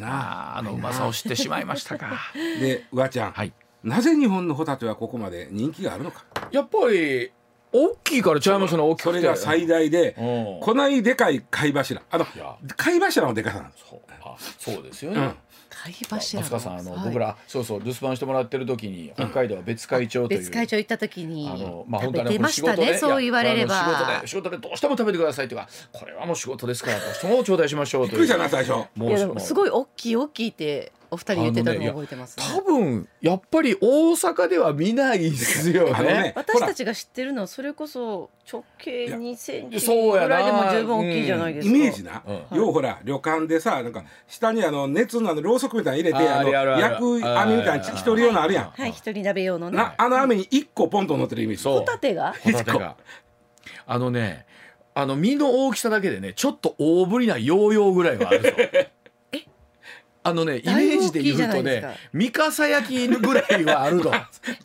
[SPEAKER 2] あ
[SPEAKER 3] な
[SPEAKER 2] ーあのうまさを知ってしまいましたか
[SPEAKER 3] でうわちゃん、
[SPEAKER 2] はい
[SPEAKER 3] なぜ日本のホタテはここまで人気があるのか
[SPEAKER 2] やっぱり大きいからちゃいますね大きくて
[SPEAKER 3] それが最大で、
[SPEAKER 2] うん
[SPEAKER 3] こないでかい貝柱あの
[SPEAKER 2] いや
[SPEAKER 3] 貝柱のでかさなんです
[SPEAKER 2] そうあそうですよ
[SPEAKER 3] う
[SPEAKER 2] ね
[SPEAKER 3] ん、
[SPEAKER 4] 貝
[SPEAKER 2] 松
[SPEAKER 4] 柱
[SPEAKER 2] 川さんあの、
[SPEAKER 4] はい
[SPEAKER 2] 僕らそうそう留守番してもらってる時に北海道は別海町という、
[SPEAKER 4] 別会長行った時に
[SPEAKER 2] あのまあ本
[SPEAKER 4] 食べ
[SPEAKER 2] 当
[SPEAKER 4] て
[SPEAKER 2] に
[SPEAKER 4] ま
[SPEAKER 2] ね
[SPEAKER 4] した
[SPEAKER 2] これ仕事
[SPEAKER 4] ね
[SPEAKER 2] で
[SPEAKER 4] そう言われれ
[SPEAKER 2] いやあの仕事で
[SPEAKER 4] ば
[SPEAKER 2] 仕事でどうしても食べてくださいというかこれはもう仕事ですからどうしても頂戴しましょう
[SPEAKER 3] びっ
[SPEAKER 2] と
[SPEAKER 3] く
[SPEAKER 2] い
[SPEAKER 3] り
[SPEAKER 2] う
[SPEAKER 3] したな最初
[SPEAKER 2] も
[SPEAKER 4] いうやでもすご
[SPEAKER 2] い
[SPEAKER 4] い大きい大きいってお二人言ってたのを覚えてます、
[SPEAKER 2] 多分やっぱり大阪では見ないですよ
[SPEAKER 3] あの
[SPEAKER 2] ね
[SPEAKER 3] ね
[SPEAKER 4] 私たちが知ってるのはそれこそ直径
[SPEAKER 3] いや
[SPEAKER 4] 2センチ
[SPEAKER 2] そう
[SPEAKER 4] ぐ
[SPEAKER 2] やな
[SPEAKER 4] らいでも十分大きいじゃないです
[SPEAKER 3] イ
[SPEAKER 4] か、
[SPEAKER 3] メージな、
[SPEAKER 2] う
[SPEAKER 3] ようほら旅館でさなんか下にあの熱のあのろうそくみたいなの入れて
[SPEAKER 2] あーあるあるある
[SPEAKER 3] 焼く網みたいなち
[SPEAKER 2] あー
[SPEAKER 3] 一人用のあるやん
[SPEAKER 4] はい一人鍋用のね
[SPEAKER 3] なあの網に一個ポンと乗ってるイメージ
[SPEAKER 2] そう
[SPEAKER 4] ホタテが
[SPEAKER 2] ホタテがあのねあの身の大きさだけでねちょっと大ぶりなヨーヨーぐらいはあ るぞあのねイメ
[SPEAKER 4] だい
[SPEAKER 2] ー
[SPEAKER 4] ぶ
[SPEAKER 2] ジ
[SPEAKER 4] 大
[SPEAKER 2] で
[SPEAKER 4] きい
[SPEAKER 2] 言
[SPEAKER 4] じゃ
[SPEAKER 2] う
[SPEAKER 4] な
[SPEAKER 2] と
[SPEAKER 4] いです
[SPEAKER 2] ね
[SPEAKER 4] か
[SPEAKER 2] 三笠焼きぐらいはあ るの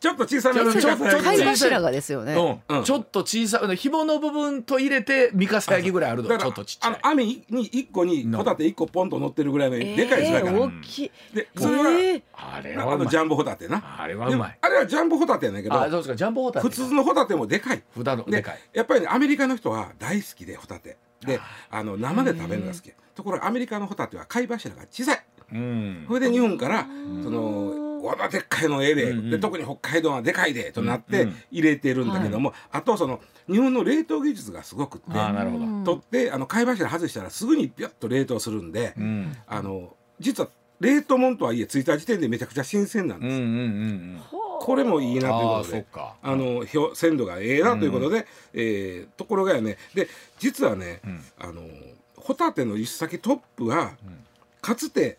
[SPEAKER 3] ちょっと小さめの
[SPEAKER 2] ちょちょちょ
[SPEAKER 3] ちょっと
[SPEAKER 4] 貝柱がですよね、
[SPEAKER 2] うん
[SPEAKER 3] うん
[SPEAKER 2] ちょっと小さい紐の部分と入れて三笠焼きぐらいあるの
[SPEAKER 3] だ
[SPEAKER 2] ち
[SPEAKER 3] か
[SPEAKER 2] ょ
[SPEAKER 3] ら
[SPEAKER 2] っとちっち
[SPEAKER 3] あ
[SPEAKER 2] ゃ
[SPEAKER 3] の
[SPEAKER 2] い
[SPEAKER 3] 網に一個にホタテ一個ポンと乗ってるぐらいのでかいやつだから、
[SPEAKER 4] えー大きい、
[SPEAKER 3] で
[SPEAKER 4] え
[SPEAKER 3] それは、
[SPEAKER 4] ー
[SPEAKER 2] あれは
[SPEAKER 3] あ
[SPEAKER 2] うま
[SPEAKER 3] の
[SPEAKER 2] い
[SPEAKER 3] ジャンボホタテな
[SPEAKER 2] あれは
[SPEAKER 3] で
[SPEAKER 2] う
[SPEAKER 3] も
[SPEAKER 2] まい
[SPEAKER 3] あれはジャンボホタテやねんけど
[SPEAKER 2] あそうですかジャンボホタテ
[SPEAKER 3] 普通のホタテもでかい
[SPEAKER 2] 普段のでかい
[SPEAKER 3] やっぱりね、アメリカの人は大好きでホタテであの生で食べるのが好きところがアメリカのホタテは貝柱が小さい
[SPEAKER 2] うん
[SPEAKER 3] それで日本からそのわだでっかいの絵で,、
[SPEAKER 2] うんうん
[SPEAKER 3] で特に北海道はでかいでとなっ
[SPEAKER 2] う
[SPEAKER 3] て
[SPEAKER 2] んうん
[SPEAKER 3] 入れてるんだけども、あとその日本の冷凍技術がすごくって
[SPEAKER 2] ああなるほど
[SPEAKER 3] 取ってあの貝柱外したらすぐにピュッと冷凍するんで、
[SPEAKER 2] うん
[SPEAKER 3] あの実は冷凍もんとはいえ着いた時点でめちゃくちゃ新鮮な
[SPEAKER 2] う
[SPEAKER 3] ん
[SPEAKER 2] んう
[SPEAKER 3] で
[SPEAKER 2] んう
[SPEAKER 3] す、
[SPEAKER 2] ん
[SPEAKER 3] これもいいなという
[SPEAKER 2] あ
[SPEAKER 3] こ
[SPEAKER 2] あ
[SPEAKER 3] と
[SPEAKER 2] そっ
[SPEAKER 3] で。
[SPEAKER 2] か
[SPEAKER 3] あの表鮮度がええなということで、えーところがやねで実はね、
[SPEAKER 2] うん
[SPEAKER 3] あのホタテの輸出先トップは、
[SPEAKER 2] ん
[SPEAKER 3] かつて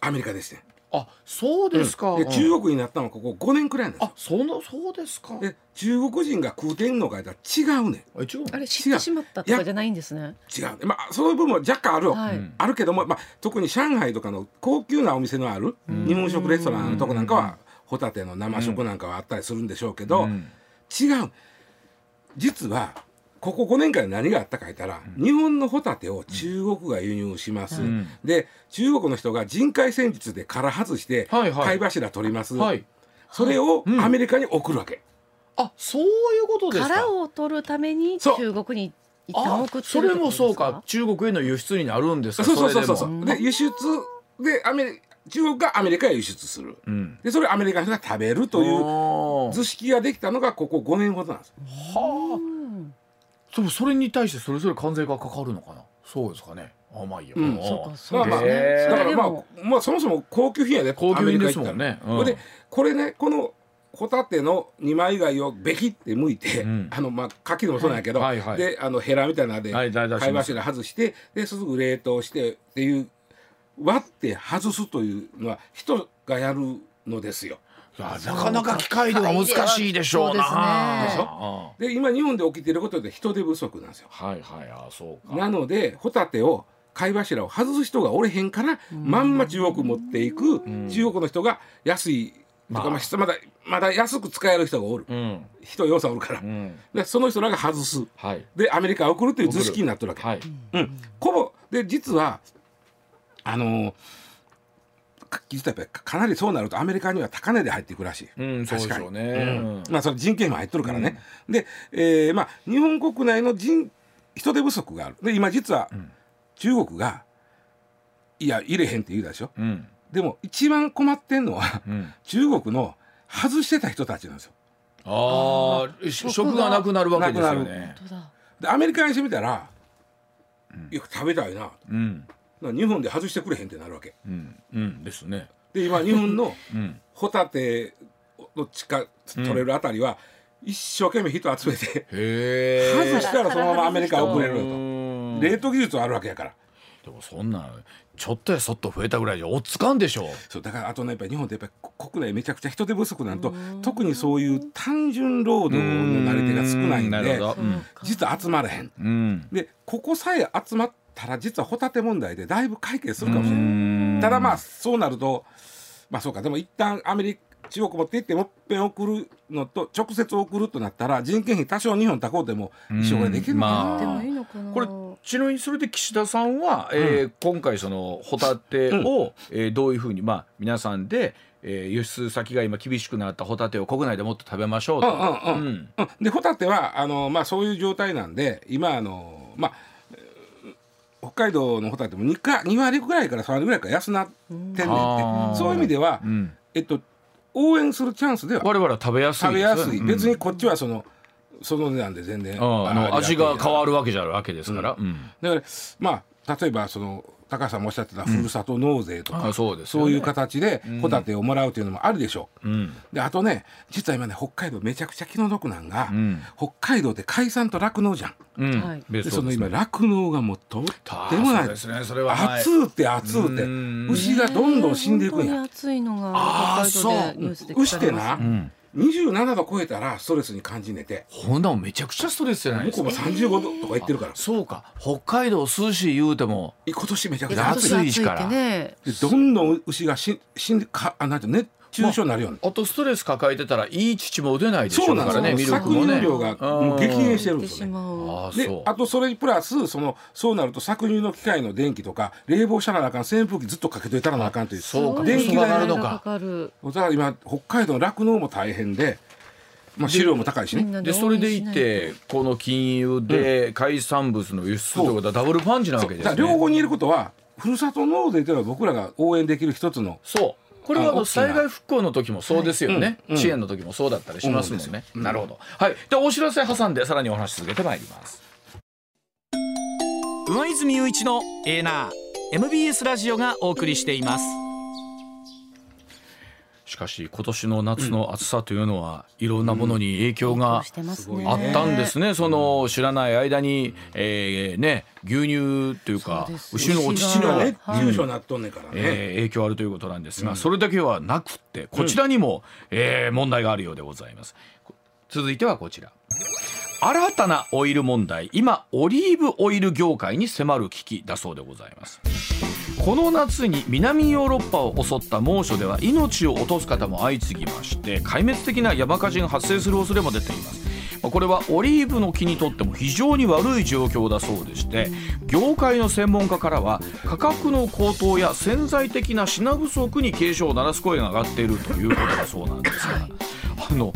[SPEAKER 3] アメリカでしたよ
[SPEAKER 2] あそうですか
[SPEAKER 3] で
[SPEAKER 2] うん
[SPEAKER 3] 中国になったのはここ5年くらいなんです
[SPEAKER 2] あそ
[SPEAKER 3] よ
[SPEAKER 2] のそうですか
[SPEAKER 3] で中国人が食うてんのかいたら違うね
[SPEAKER 2] あ一応
[SPEAKER 4] あれ知ってしまったとかじゃないんですね
[SPEAKER 3] ん違うねまあその部分は若干あるよ、
[SPEAKER 4] はい
[SPEAKER 2] うん
[SPEAKER 3] あるけども、まあ、特に上海とかの高級なお店のある
[SPEAKER 2] うん
[SPEAKER 3] 日本食レストランのとこなんか
[SPEAKER 2] うん
[SPEAKER 3] はホタテの生食なんかはあったりするんでしょうけど、
[SPEAKER 2] うん
[SPEAKER 3] 違う実はここ5年間で何があったか言ったら、日本のホタテを中国が輸入します、
[SPEAKER 2] うん
[SPEAKER 3] で中国の人が人海戦術で殻外して
[SPEAKER 2] はいはい
[SPEAKER 3] 貝柱取ります、
[SPEAKER 2] はい
[SPEAKER 3] それを
[SPEAKER 2] うん
[SPEAKER 3] アメリカに送るわけ、
[SPEAKER 2] あそういうことですか
[SPEAKER 4] 殻を取るために
[SPEAKER 3] そう
[SPEAKER 4] 中国に一旦
[SPEAKER 2] あ
[SPEAKER 4] 送ってる
[SPEAKER 2] それもそう
[SPEAKER 4] ってこ
[SPEAKER 2] か中国への輸出になるんですか
[SPEAKER 3] そうそうそうそう
[SPEAKER 2] そ
[SPEAKER 3] そ
[SPEAKER 2] れでも
[SPEAKER 3] うで輸出でアメリ中国がアメリカへ輸出する
[SPEAKER 2] うん
[SPEAKER 3] でそれをアメリカの人が食べるという
[SPEAKER 2] あー
[SPEAKER 3] 図式ができたのがここ5年ほどなんです
[SPEAKER 2] はあ
[SPEAKER 4] うん
[SPEAKER 2] でもそれに対してそれぞれ関税がかかるのかなそうですかねあまあいいや、
[SPEAKER 3] うん
[SPEAKER 2] ああ
[SPEAKER 4] そうかそうです
[SPEAKER 2] まあまあ
[SPEAKER 4] ね
[SPEAKER 3] だ
[SPEAKER 4] そ
[SPEAKER 3] か
[SPEAKER 4] れ
[SPEAKER 3] ら
[SPEAKER 4] で
[SPEAKER 3] ま
[SPEAKER 4] も
[SPEAKER 3] あ、まあ、そもそも高級品やで
[SPEAKER 2] 高級品ですも
[SPEAKER 3] ア
[SPEAKER 2] ん
[SPEAKER 3] メリカ行った
[SPEAKER 2] ね、う
[SPEAKER 3] ら
[SPEAKER 2] ん
[SPEAKER 3] ほいでこれねこのホタテの二枚貝をべきって剥いて、
[SPEAKER 2] うん
[SPEAKER 3] あのまあ牡蠣でもそうなんやけど、
[SPEAKER 2] はいはい
[SPEAKER 3] であのヘラみたいなので
[SPEAKER 2] はい
[SPEAKER 3] 貝
[SPEAKER 2] だいだいします
[SPEAKER 3] 柱外してですぐ冷凍してっていう割って外すというのは人がやるのですよ。
[SPEAKER 2] いやなかなか機械では難しいでしょうな
[SPEAKER 4] そうです
[SPEAKER 3] ね
[SPEAKER 2] ああ
[SPEAKER 3] で今日本で起きてることで人手不足なんですよ。
[SPEAKER 2] はいはいああそうか
[SPEAKER 3] なのでホタテを貝柱を外す人がおれへんからまんま中国持っていく中国の人が安いと
[SPEAKER 2] まあ
[SPEAKER 3] かまあまだまだ安く使える人がおる
[SPEAKER 2] うん
[SPEAKER 3] 人要素おるから
[SPEAKER 2] うん
[SPEAKER 3] でその人らが外す
[SPEAKER 2] はい
[SPEAKER 3] でアメリカへ送るという図式になってるわけ。
[SPEAKER 2] はい
[SPEAKER 3] うん、こので実はあのか実はやっぱりかなりそうなるとアメリカには高値で入っていくらしい。
[SPEAKER 2] うんそうでしょうねうん
[SPEAKER 3] まあそれ人件費も入っとるからね。で、えーまあ日本国内の人人手不足がある。で今実は中国が、いや入れへんって言うでしょ。
[SPEAKER 2] うん
[SPEAKER 3] でも一番困ってんのは
[SPEAKER 2] うん
[SPEAKER 3] 中国の外してた人たちなんですよ。
[SPEAKER 2] ああし食がなくなるわけですよ
[SPEAKER 3] なく
[SPEAKER 2] ね
[SPEAKER 4] 本当だ
[SPEAKER 3] でアメリカにしてみたら、よく食べたいな。
[SPEAKER 2] うん
[SPEAKER 3] な日本で外してくれへんってなるわけ。
[SPEAKER 2] うんうんですね
[SPEAKER 3] で今日 本の
[SPEAKER 2] うん
[SPEAKER 3] ホタテの地下取れるあたりは、一生懸命人集めて、
[SPEAKER 2] へえ
[SPEAKER 3] 外したらそのままアメリカ送れる
[SPEAKER 2] う
[SPEAKER 3] と、
[SPEAKER 2] ん
[SPEAKER 3] 冷凍技術はあるわけやから
[SPEAKER 2] でもそんなんちょっとやそっと増えたぐらいじゃおっつかんでしょ
[SPEAKER 3] そうだからあとねやっぱり日本ってやっぱり国内めちゃくちゃ人手不足なんと特にそういう単純労働のなり手が少ないん
[SPEAKER 2] なる
[SPEAKER 3] で
[SPEAKER 2] ほどうん
[SPEAKER 3] 実は集まれへん
[SPEAKER 2] うん
[SPEAKER 3] でここさえ集まったら実はホタテ問題でだいぶ解決するかもしれ
[SPEAKER 2] う
[SPEAKER 3] な
[SPEAKER 2] ん
[SPEAKER 3] いただまあそうなるとまあそうかでも一旦アメリ中国持って行ってもっぺん送るのと直接送るとなったら人件費多少2本高うても一生ができるのかな、
[SPEAKER 2] うん
[SPEAKER 4] でもいいのかな
[SPEAKER 2] これちなみにそれで岸田さんは、えー今回そのホタテを、えーどういうふうに、まあ、皆さんで、えー輸出先が今厳しくなったホタテを国内でもっと食べましょうと。
[SPEAKER 3] うんうんうん
[SPEAKER 2] ん
[SPEAKER 3] うんでホタテはあの、まあ、そういう状態なんで今あの、まあ、えー北海道のホタテも 2, か2割ぐらいから3割ぐらいから安なってんねんって、
[SPEAKER 2] あー
[SPEAKER 3] そういう意味では、
[SPEAKER 2] うん
[SPEAKER 3] えっと、応援するチャンスでは
[SPEAKER 2] 我々は食べやすいで
[SPEAKER 3] 食べ
[SPEAKER 2] す
[SPEAKER 3] やすい、
[SPEAKER 2] うん
[SPEAKER 3] 別にこっちはそのその値段で全然、
[SPEAKER 2] うんあの味が変わ
[SPEAKER 3] る
[SPEAKER 2] るわけじゃあるわけですから、うん
[SPEAKER 3] だからまあ例えばその高橋さんもおっしゃってたふるさと納税とか、
[SPEAKER 2] あそうですよ
[SPEAKER 3] そ
[SPEAKER 2] ね
[SPEAKER 3] ういう形でホタテをもらうというのもあるでしょう、
[SPEAKER 2] うん
[SPEAKER 3] であとね実は今ね北海道めちゃくちゃ気の毒なんが、
[SPEAKER 2] うん
[SPEAKER 3] 北海道って海産と酪農じゃん
[SPEAKER 2] うん
[SPEAKER 4] はい
[SPEAKER 2] 別
[SPEAKER 3] で
[SPEAKER 2] 荘
[SPEAKER 3] その
[SPEAKER 2] です
[SPEAKER 3] 今
[SPEAKER 2] ね
[SPEAKER 3] 酪農がもうとっても
[SPEAKER 2] あーそ
[SPEAKER 3] な
[SPEAKER 2] う
[SPEAKER 3] い
[SPEAKER 2] ですねそれははい
[SPEAKER 3] 暑うて暑うて
[SPEAKER 2] うん
[SPEAKER 3] 牛がどんどん死んでいくん
[SPEAKER 4] ね
[SPEAKER 3] や
[SPEAKER 4] 本当に暑いのが
[SPEAKER 2] あー
[SPEAKER 4] 北海道でニュースで聞かれます
[SPEAKER 2] う
[SPEAKER 3] そ
[SPEAKER 2] ん
[SPEAKER 3] 27度超えたらストレスに感じねて
[SPEAKER 2] ほんなもんめちゃくちゃストレスじゃない
[SPEAKER 3] 向
[SPEAKER 2] で
[SPEAKER 3] こ
[SPEAKER 2] す
[SPEAKER 3] う
[SPEAKER 2] か
[SPEAKER 3] も35度とか言ってるから
[SPEAKER 2] そうか北海道涼しい言うても
[SPEAKER 3] 今年めちゃく
[SPEAKER 4] え
[SPEAKER 3] ちゃ暑い
[SPEAKER 2] 暑いしから
[SPEAKER 4] 暑ってね
[SPEAKER 3] でどんどん牛がし死んでかあなんて熱中症になるように
[SPEAKER 2] あとストレス抱えてたらいい乳も出ないでしょ
[SPEAKER 3] そう
[SPEAKER 2] う
[SPEAKER 3] なん
[SPEAKER 2] か
[SPEAKER 3] です
[SPEAKER 2] ら
[SPEAKER 3] よ、
[SPEAKER 2] ねミルクも
[SPEAKER 3] 搾乳
[SPEAKER 2] ね
[SPEAKER 3] 量がもう激減してるんで
[SPEAKER 4] 出て
[SPEAKER 3] す
[SPEAKER 4] し
[SPEAKER 3] よね
[SPEAKER 4] まう
[SPEAKER 2] ああ
[SPEAKER 3] で
[SPEAKER 2] そう
[SPEAKER 3] あとそれにプラスそのそうなると搾乳の機械の電気とか冷房したらなあかん扇風機ずっとかけといたらなあかんという
[SPEAKER 2] そうか
[SPEAKER 4] すごい
[SPEAKER 2] 電気が上がるの
[SPEAKER 4] 電気が
[SPEAKER 2] か
[SPEAKER 4] かる
[SPEAKER 3] だから今北海道の酪農も大変で、まあ、飼料も高いし
[SPEAKER 4] み
[SPEAKER 3] ね
[SPEAKER 4] んな
[SPEAKER 2] で
[SPEAKER 4] で
[SPEAKER 2] それでいてこの金融で海産物の輸出ということはダブルパンチなわけで
[SPEAKER 3] だ
[SPEAKER 2] す
[SPEAKER 3] から両
[SPEAKER 2] ね
[SPEAKER 3] 方にいることはふるさと納税というのは僕らが応援できる一つの
[SPEAKER 2] そうこれはあの
[SPEAKER 3] 大きな
[SPEAKER 2] 災害復興の時もそうですよね
[SPEAKER 3] うんうん
[SPEAKER 2] 支援の時もそうだったりしますもん
[SPEAKER 3] 思うん
[SPEAKER 2] ね
[SPEAKER 3] ですよ
[SPEAKER 2] なるほどはいでお知らせ挟んでさらにお話し続けてまいります
[SPEAKER 5] 上泉雄一のエーナー MBS ラジオがお送りしています
[SPEAKER 2] しかし今年の夏の暑さというのはいろんなものに影響が
[SPEAKER 4] してます
[SPEAKER 3] すごい
[SPEAKER 4] ね
[SPEAKER 2] あったんです
[SPEAKER 4] ね
[SPEAKER 2] ね、その知らない間に、えーね、牛乳というか
[SPEAKER 4] そうです
[SPEAKER 2] 牛のお乳
[SPEAKER 4] 牛
[SPEAKER 2] の
[SPEAKER 4] が、
[SPEAKER 3] 熱中症になっとんねんからね、
[SPEAKER 2] えー影響あるということなんですが、それだけはなくってこちらにも、えー問題があるようでございます。こ続いてはこちら新たなオイル問題今オリーブオイル業界に迫る危機だそうでございますこの夏に南ヨーロッパを襲った猛暑では命を落とす方も相次ぎまして壊滅的な山火事が発生する恐れも出ていますまあこれはオリーブの木にとっても非常に悪い状況だそうでして業界の専門家からは価格の高騰や潜在的な品不足に警鐘を鳴らす声が上がっているということだそうなんですがあの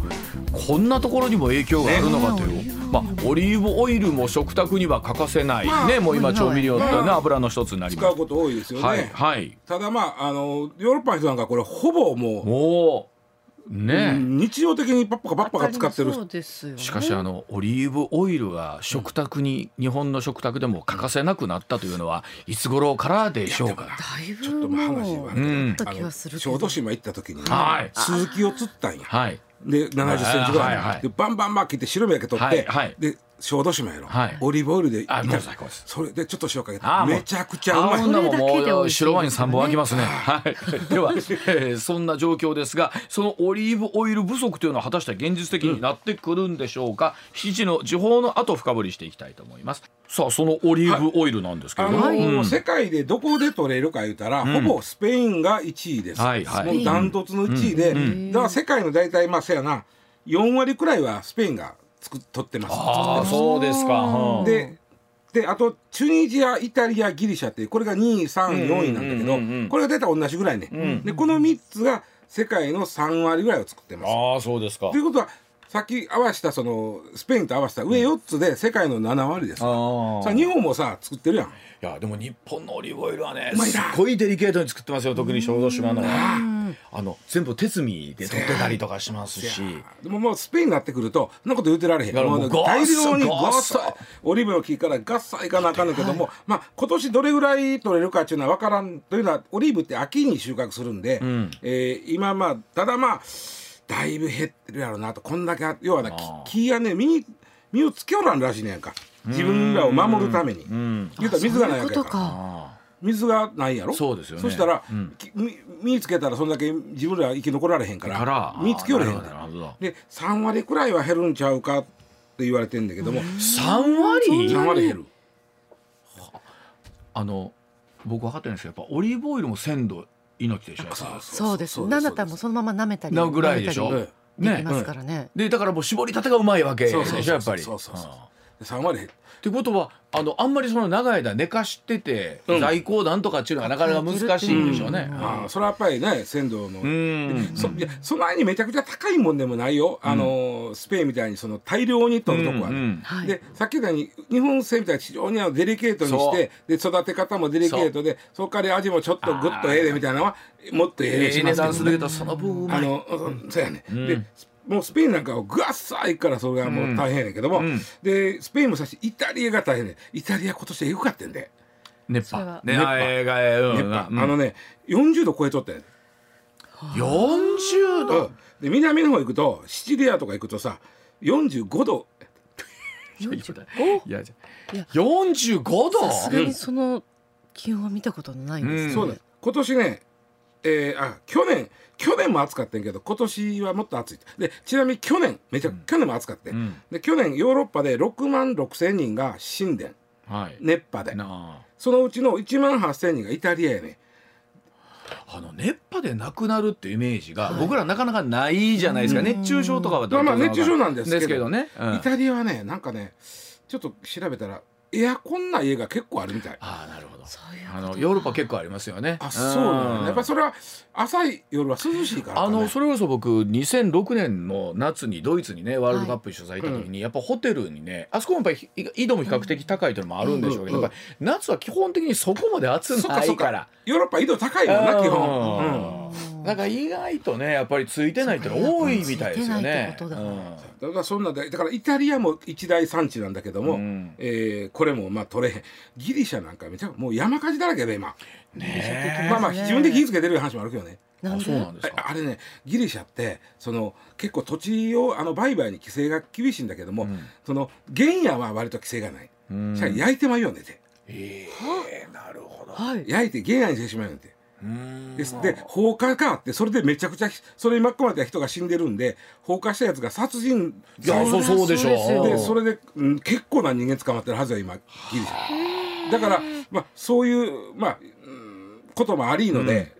[SPEAKER 2] こんなところにも影響があるのかという、まあ、オリーブオイルも食卓には欠かせない、ね、もう今調味料って、ね、油の一つになります
[SPEAKER 3] 使うこと多いですよね、
[SPEAKER 2] はいはい
[SPEAKER 3] ただまああのヨーロッパの人なんかこれほぼもう
[SPEAKER 2] もう
[SPEAKER 3] う
[SPEAKER 2] ね、
[SPEAKER 3] ん日常的にパッパカパッパカ使ってる
[SPEAKER 4] そうですよね
[SPEAKER 2] しかしあのオリーブオイルが食卓に日本の食卓でも欠かせなくなったというのはいつ頃からでしょうか。
[SPEAKER 4] だいぶ
[SPEAKER 3] ちょっとまあ話は
[SPEAKER 4] も
[SPEAKER 3] あ
[SPEAKER 4] う
[SPEAKER 3] れだけど
[SPEAKER 2] うん
[SPEAKER 4] あった気がするけ
[SPEAKER 3] 小
[SPEAKER 4] ど
[SPEAKER 3] 豆島行った時に、
[SPEAKER 2] はい
[SPEAKER 3] 鈴木を釣ったんや
[SPEAKER 2] はい
[SPEAKER 3] で70センチぐ
[SPEAKER 2] はいは
[SPEAKER 3] らいの、
[SPEAKER 2] いはい
[SPEAKER 3] でバンバンバン切って白身だけ取って、
[SPEAKER 2] はいはい
[SPEAKER 3] で小豆島やろ、
[SPEAKER 2] はい
[SPEAKER 3] オリーブオイルで
[SPEAKER 2] あ
[SPEAKER 3] 炒め
[SPEAKER 2] もう最高です
[SPEAKER 3] それでちょっと塩かけて
[SPEAKER 2] あーもう
[SPEAKER 3] めちゃくちゃうまい
[SPEAKER 2] あんなもん
[SPEAKER 4] それだけで美味しいです
[SPEAKER 2] も
[SPEAKER 4] よ
[SPEAKER 2] う
[SPEAKER 4] ね
[SPEAKER 2] 白ワイン3本開きますね。はい。では、えーそんな状況ですが、そのオリーブオイル不足というのは果たして現実的になってくるんでしょうか。7時の時報の後深掘りしていきたいと思います。さあ、そのオリーブオイルなんですけ
[SPEAKER 3] あ
[SPEAKER 2] れど
[SPEAKER 3] の
[SPEAKER 2] も、
[SPEAKER 4] はい
[SPEAKER 2] うん
[SPEAKER 3] 世界でどこで取れるか言うたら、
[SPEAKER 2] ん
[SPEAKER 3] ほぼスペインが1位です、
[SPEAKER 2] はいはい
[SPEAKER 3] もうダントツの1位で、
[SPEAKER 2] うん
[SPEAKER 4] うん
[SPEAKER 3] だから世界の大体まあせやな4割くらいはスペインが作っ取ってます
[SPEAKER 2] ああ、そうですか。うん
[SPEAKER 3] でであとチュニジアイタリアギリシャっていうこれが2位3位4位なんだけ
[SPEAKER 2] うんうんうんうん
[SPEAKER 3] どこれが出たら同じぐらいね、でこの3つが世界の3割ぐらいを作ってます。
[SPEAKER 2] ああ、そうですか
[SPEAKER 3] とい。うことはさっき合わせたそのスペインと合わせた上4つで世界の7割です、
[SPEAKER 2] あー
[SPEAKER 3] さあ日本もさ作ってるやん
[SPEAKER 2] いやでも日本のオリーブオイルはね
[SPEAKER 3] うますいな
[SPEAKER 2] っごいデリケートに作ってますよ特に小豆島のはあの全部手摘みで取ってたりとかしますし
[SPEAKER 3] でももうスペインになってくるとそんなこと言うてられへん
[SPEAKER 2] だからもう
[SPEAKER 3] もう
[SPEAKER 2] ごっそ
[SPEAKER 3] 大量にごっそ
[SPEAKER 2] ごっそ
[SPEAKER 3] オリーブの木からガッサいかなあかんねんけども、まあ今年どれぐらい取れるかっていうのは分からんというのはオリーブって秋に収穫するんで、えー今まあただまあだいぶ減ってるやろうなとこんだけ要はな
[SPEAKER 2] あー
[SPEAKER 3] 木木がね実に実をつけおらんらしいねやんか自分らを守るために
[SPEAKER 2] ん
[SPEAKER 3] 言うたら水がないわけ
[SPEAKER 4] そ
[SPEAKER 3] や
[SPEAKER 4] ういうこと
[SPEAKER 3] から
[SPEAKER 4] か
[SPEAKER 2] あ
[SPEAKER 3] 水がないやろ
[SPEAKER 2] そうですよね
[SPEAKER 3] そしたら、
[SPEAKER 2] うん
[SPEAKER 3] きみ実つけたらそんだけ自分ら生き残られへんか
[SPEAKER 2] ー
[SPEAKER 3] ら
[SPEAKER 2] から
[SPEAKER 3] 実つけおれへん
[SPEAKER 2] あ
[SPEAKER 3] ね
[SPEAKER 2] ー
[SPEAKER 3] ん
[SPEAKER 2] なるほどなるほど
[SPEAKER 3] で3割くらいは減るんちゃうかって言われてんだけども
[SPEAKER 2] 三割
[SPEAKER 3] 3割減る
[SPEAKER 2] あの僕分かってないんですけどやっぱオリーブオイルも鮮度命でしょやっぱ
[SPEAKER 6] そうですなんだったらもうそのまま舐めたり
[SPEAKER 2] なぐらいでし
[SPEAKER 6] 舐
[SPEAKER 2] ょ
[SPEAKER 6] めたりでき
[SPEAKER 2] ね
[SPEAKER 3] え
[SPEAKER 6] ますからね
[SPEAKER 2] でだからもう絞りたてがうまいわけでし
[SPEAKER 3] そうそうそうそ
[SPEAKER 2] ょ
[SPEAKER 3] う
[SPEAKER 2] やっぱり。
[SPEAKER 3] そうそうそう
[SPEAKER 2] うん
[SPEAKER 3] え3割減っ
[SPEAKER 2] ってことはあのあんまりその長い間寝かしてて、
[SPEAKER 3] うん
[SPEAKER 2] 在庫なんとかっていうのはなかなか難しいんでしょうね。
[SPEAKER 3] ああそれはやっぱりね鮮度の、
[SPEAKER 2] うん
[SPEAKER 3] そいやその前にめちゃくちゃ高いもんでもないよ、あのースペインみたいにその大量に取るとこはね、
[SPEAKER 2] うんうん
[SPEAKER 6] はい
[SPEAKER 3] でさっき言ったように日本製みたいに非常にあのデリケートにしてで育て方もデリケートでそこから味もちょっとグッとええでみたいなのはもっとええ
[SPEAKER 2] え
[SPEAKER 3] で
[SPEAKER 2] え
[SPEAKER 3] し
[SPEAKER 2] 値
[SPEAKER 3] ま
[SPEAKER 2] 段す
[SPEAKER 3] すけど
[SPEAKER 2] るけどその分うま
[SPEAKER 3] あ
[SPEAKER 2] い。
[SPEAKER 3] の、うんそうやね、でもうスペインなんかをグワッサー行くからそれはもう大変やねんけども、
[SPEAKER 2] うん
[SPEAKER 3] でスペインもさしイタリアが大変でイタリア今年エグかってんで、
[SPEAKER 2] 熱
[SPEAKER 4] それ
[SPEAKER 2] 波
[SPEAKER 4] は。
[SPEAKER 2] ね
[SPEAKER 3] 熱波
[SPEAKER 2] あええがええうん
[SPEAKER 3] やっぱ
[SPEAKER 2] うん
[SPEAKER 3] あのね40度超えとったやん
[SPEAKER 2] 40度。
[SPEAKER 3] で南の方行くとシチリアとか行くとさ45度
[SPEAKER 2] いやじゃ45度。
[SPEAKER 6] さすがにその気温は見たことないんです
[SPEAKER 3] そうだ、今年ね、えーあ去年去年も暑かったんやけど今年はもっと暑いでちなみに去年めちゃ、去年も暑かった、
[SPEAKER 2] うん
[SPEAKER 3] で去年ヨーロッパで6万6千人が死んでん
[SPEAKER 2] はい。
[SPEAKER 3] 熱波で
[SPEAKER 2] な
[SPEAKER 3] そのうちの1万8千人がイタリアやね
[SPEAKER 2] ああの熱波でなくなるっていうイメージが僕らなかなかないじゃないですか。
[SPEAKER 6] うん
[SPEAKER 2] 熱中症とかは。
[SPEAKER 3] まあまあ熱中症なんですけど
[SPEAKER 2] ですけどね。うん
[SPEAKER 3] イタリアはねなんかねちょっと調べたらエアコンない家が結構あるみたい
[SPEAKER 2] ああなるほど。
[SPEAKER 6] そういうこと
[SPEAKER 2] あのヨーロッパ結構ありますよね。
[SPEAKER 3] あそうなん
[SPEAKER 2] ん
[SPEAKER 3] だやっぱりそれは浅い夜は涼しいからか
[SPEAKER 2] あ
[SPEAKER 3] ね
[SPEAKER 2] のそれこそ僕2006年の夏にドイツにねワールドカップ主催行った時に、やっぱホテルにねあそこもやっぱり緯度も比較的高いというのもあるんでしょうけど、
[SPEAKER 3] うん
[SPEAKER 2] やっぱり夏は基本的にそこまで暑
[SPEAKER 3] そっか
[SPEAKER 2] な
[SPEAKER 3] そ
[SPEAKER 2] い
[SPEAKER 3] っ
[SPEAKER 2] か。
[SPEAKER 3] からヨーロッパ緯度高いもんな基本、うん、
[SPEAKER 2] うんなんか意外とねやっぱりついてないってのは多いみたいですよね。
[SPEAKER 6] そうかついてないって
[SPEAKER 3] だからそんなでだからイタリアも一大産地なんだけども、
[SPEAKER 2] うん
[SPEAKER 3] えーこれもまあ取れへんギリシャなんかめちゃもう山火事だらけで今、
[SPEAKER 2] うんねえ
[SPEAKER 3] まあまあ自分で火つけてる話もあるけどね
[SPEAKER 6] な
[SPEAKER 2] あ
[SPEAKER 6] ん
[SPEAKER 2] そうな
[SPEAKER 6] で
[SPEAKER 2] んです
[SPEAKER 3] あ
[SPEAKER 2] か。
[SPEAKER 3] あれねギリシャってその結構土地をあの売買に規制が厳しいんだけども、
[SPEAKER 2] ん
[SPEAKER 3] その原野は割と規制がない、
[SPEAKER 2] うん
[SPEAKER 3] しかも焼いてまうよねって
[SPEAKER 2] ええなるほど。
[SPEAKER 6] はい
[SPEAKER 3] 焼いて原野にしてしまうよねって
[SPEAKER 2] うん
[SPEAKER 3] ですで放火があってそれでめちゃくちゃそれに巻き込まれた人が死んでるんで放火したやつが殺人
[SPEAKER 2] いやそうそうでしょ
[SPEAKER 6] そう
[SPEAKER 2] う。
[SPEAKER 3] でそれで、うん、結構な人間捕まってるはずよ今ギリシャだから、まあ、そういう、まあうんこともありので、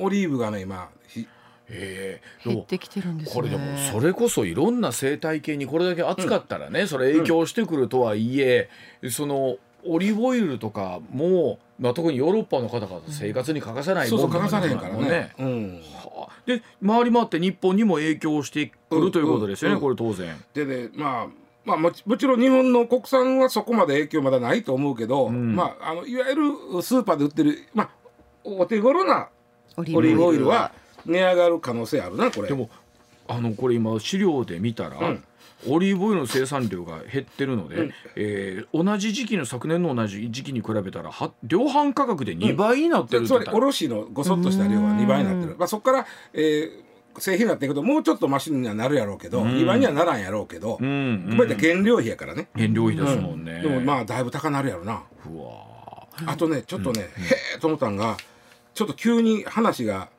[SPEAKER 3] オリーブがね今ひ
[SPEAKER 2] ええで
[SPEAKER 6] 減っ
[SPEAKER 2] も
[SPEAKER 6] てきてるんですね
[SPEAKER 2] これでもそれこそいろんな生態系にこれだけ暑かったらね、それ影響してくるとはいえ、そのオリーブオイルとかも、まあ、特にヨーロッパの方々生活に欠かせない
[SPEAKER 3] そうそう
[SPEAKER 2] も
[SPEAKER 3] 欠
[SPEAKER 2] ん
[SPEAKER 3] か
[SPEAKER 2] だ
[SPEAKER 3] されへんからねうん、
[SPEAKER 2] はあで回り回って日本にも影響してくるということですよね、
[SPEAKER 3] うん
[SPEAKER 2] これ当然。
[SPEAKER 3] でねまあまあもちもちろん日本の国産はそこまで影響まだないと思うけど、
[SPEAKER 2] ん
[SPEAKER 3] まあ、あのいわゆるスーパーで売ってる、まあ、お手頃な
[SPEAKER 6] オリ
[SPEAKER 3] オリー
[SPEAKER 6] ー
[SPEAKER 3] ブ
[SPEAKER 6] ブオ
[SPEAKER 3] オ
[SPEAKER 6] イ
[SPEAKER 3] イ
[SPEAKER 6] ル
[SPEAKER 3] ルは値上がる可能性あるなこれ
[SPEAKER 2] でもあのこれ今資料で見たら、
[SPEAKER 3] ん
[SPEAKER 2] オリーブオイルの生産量が減ってるので、えー同じ時期の昨年の同じ時期に比べたらは量販価格で2倍になってるって
[SPEAKER 3] つ
[SPEAKER 2] 言
[SPEAKER 3] ま
[SPEAKER 2] っ
[SPEAKER 3] り
[SPEAKER 2] た
[SPEAKER 3] 卸のごそっとした量は2倍になってる、まあ、そこから、えー製品になっていくともうちょっとマシにはなるやろうけど2倍にはならんやろうけど、
[SPEAKER 2] ん
[SPEAKER 3] やっぱり原料費やからね、
[SPEAKER 2] 原料費ですもんね。
[SPEAKER 3] でもまあだいぶ高なるやろな、
[SPEAKER 2] うわ
[SPEAKER 3] あとねちょっとね、へえと思ったんがちょっと急に話が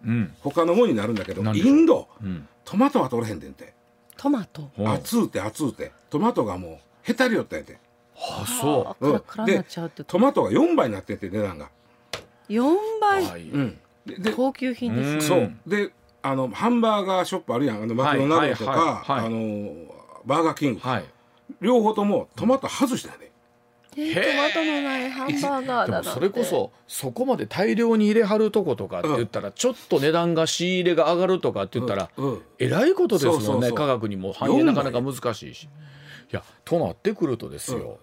[SPEAKER 3] 他のもんになるんだけど、
[SPEAKER 2] 何で
[SPEAKER 3] イ
[SPEAKER 2] しょう
[SPEAKER 3] ンド、
[SPEAKER 2] ん
[SPEAKER 3] トマトは取れへんでんて
[SPEAKER 6] トマト
[SPEAKER 2] ー
[SPEAKER 3] 熱うて熱うてトマトがもうへたりよったんやて
[SPEAKER 2] あそ
[SPEAKER 6] カラカラになっちゃうって
[SPEAKER 3] トマトが4倍になってて値段が、
[SPEAKER 6] 4
[SPEAKER 2] う。
[SPEAKER 6] 倍
[SPEAKER 2] はい。
[SPEAKER 3] うん、でで
[SPEAKER 6] 高級品です
[SPEAKER 2] うん
[SPEAKER 6] ね
[SPEAKER 3] そうであのハンバーガーショップあるやんあのマクドナルドとか
[SPEAKER 2] はいはいはいはい
[SPEAKER 3] あのバーガーキング、
[SPEAKER 2] はい。
[SPEAKER 3] 両方ともトマト外したよね
[SPEAKER 4] えトマトのないハンバーガー
[SPEAKER 2] で
[SPEAKER 4] だ
[SPEAKER 2] も
[SPEAKER 4] な
[SPEAKER 2] それこそそこまで大量に入れはるとことかって言ったら、ちょっと値段が仕入れが上がるとかって言ったら、
[SPEAKER 3] うんうん
[SPEAKER 2] えらいことですもんね
[SPEAKER 3] そうそうそう
[SPEAKER 2] 価格にも反映なかなか難しいし。いやとなってくるとですよ、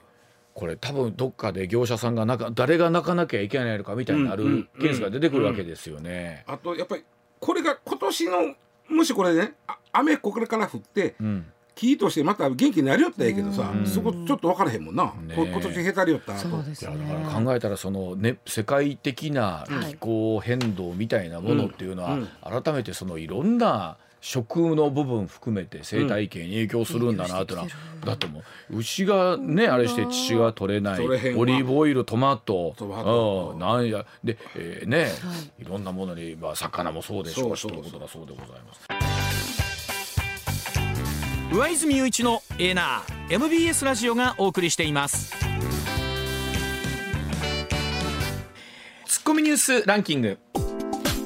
[SPEAKER 2] これ多分どっかで業者さんがなか誰が泣かなきゃいけないのかみたいにな
[SPEAKER 3] うんう
[SPEAKER 2] る
[SPEAKER 3] ん
[SPEAKER 2] ケースが出てくるわけですよね。
[SPEAKER 3] あとやっぱりこれが今年のもしこれねあ雨これから降って
[SPEAKER 2] うん
[SPEAKER 3] キーとしてまた元気になりよったらええけどさそこちょっと分からへんもんな、
[SPEAKER 2] ねえ
[SPEAKER 3] こ今年へたりよった
[SPEAKER 6] そう
[SPEAKER 3] と
[SPEAKER 6] です
[SPEAKER 2] いや
[SPEAKER 6] ね
[SPEAKER 2] だから考えたらその、ね、世界的な気候変動みたいなものっていうのは、改めてそのいろんな食の部分含めて生態系に影響するんだなってのは、だってもう牛がねあれして乳が取れない
[SPEAKER 3] 取れへんわ
[SPEAKER 2] オリーブオイルトマト
[SPEAKER 3] トマト
[SPEAKER 2] うん、なんやで、えーね、い、ろんなものに、まあ、魚もそうでしょうし
[SPEAKER 3] そうそうそう
[SPEAKER 2] ということだそうでございます。
[SPEAKER 5] 上泉雄一のエナー MBS ラジオがお送りしています
[SPEAKER 2] ツッコミニュースランキング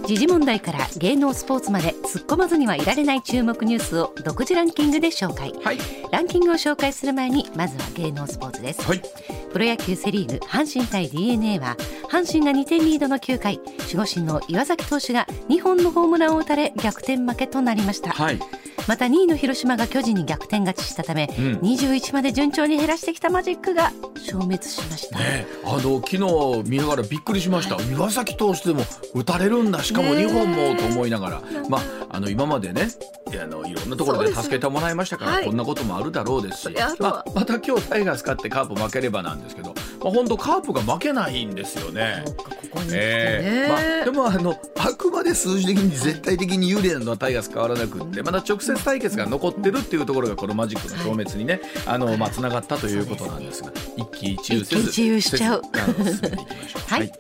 [SPEAKER 1] 時事問題から芸能スポーツまで突っ込まずにはいられない注目ニュースを独自ランキングで紹介
[SPEAKER 2] はい
[SPEAKER 1] ランキングを紹介する前にまずは芸能スポーツです、
[SPEAKER 2] はい
[SPEAKER 1] プロ野球セ・リーグ阪神対 d n a は阪神が2点リードの9回守護神の岩崎投手が2本のホームランを打たれ逆転負けとなりました、
[SPEAKER 2] はい
[SPEAKER 1] また2位の広島が巨人に逆転勝ちしたため、
[SPEAKER 2] うん
[SPEAKER 1] 21まで順調に減らしてきたマジックが消滅しました、
[SPEAKER 2] ね、あの昨日見ながらびっくりしました、岩崎投手でも打たれるんだしかも
[SPEAKER 6] ねえ
[SPEAKER 2] 2本もと思いながら、まあ、あの今までねいやあのいろんなところ
[SPEAKER 6] そう
[SPEAKER 2] で
[SPEAKER 6] です
[SPEAKER 2] 助けてもらいましたから、
[SPEAKER 6] はい
[SPEAKER 2] こんなこともあるだろうですし
[SPEAKER 6] そりゃあと
[SPEAKER 2] ま
[SPEAKER 6] は
[SPEAKER 2] あ、また今日タイガース勝ってカープ負ければなんですけど、まあ、本当カープが負けないんですよね。
[SPEAKER 6] そうかここに来てね、
[SPEAKER 2] ええまあ、でもあのあくまで数字的に絶対的に有利なのはタイガース変わらなくってまだ直接対決が残ってるっていうところがこのマジックの消滅にねあの、まあ、つながったということなんですが一喜一憂せず
[SPEAKER 1] 一喜一憂しちゃう
[SPEAKER 2] せずあの進めていきましょう
[SPEAKER 1] はい、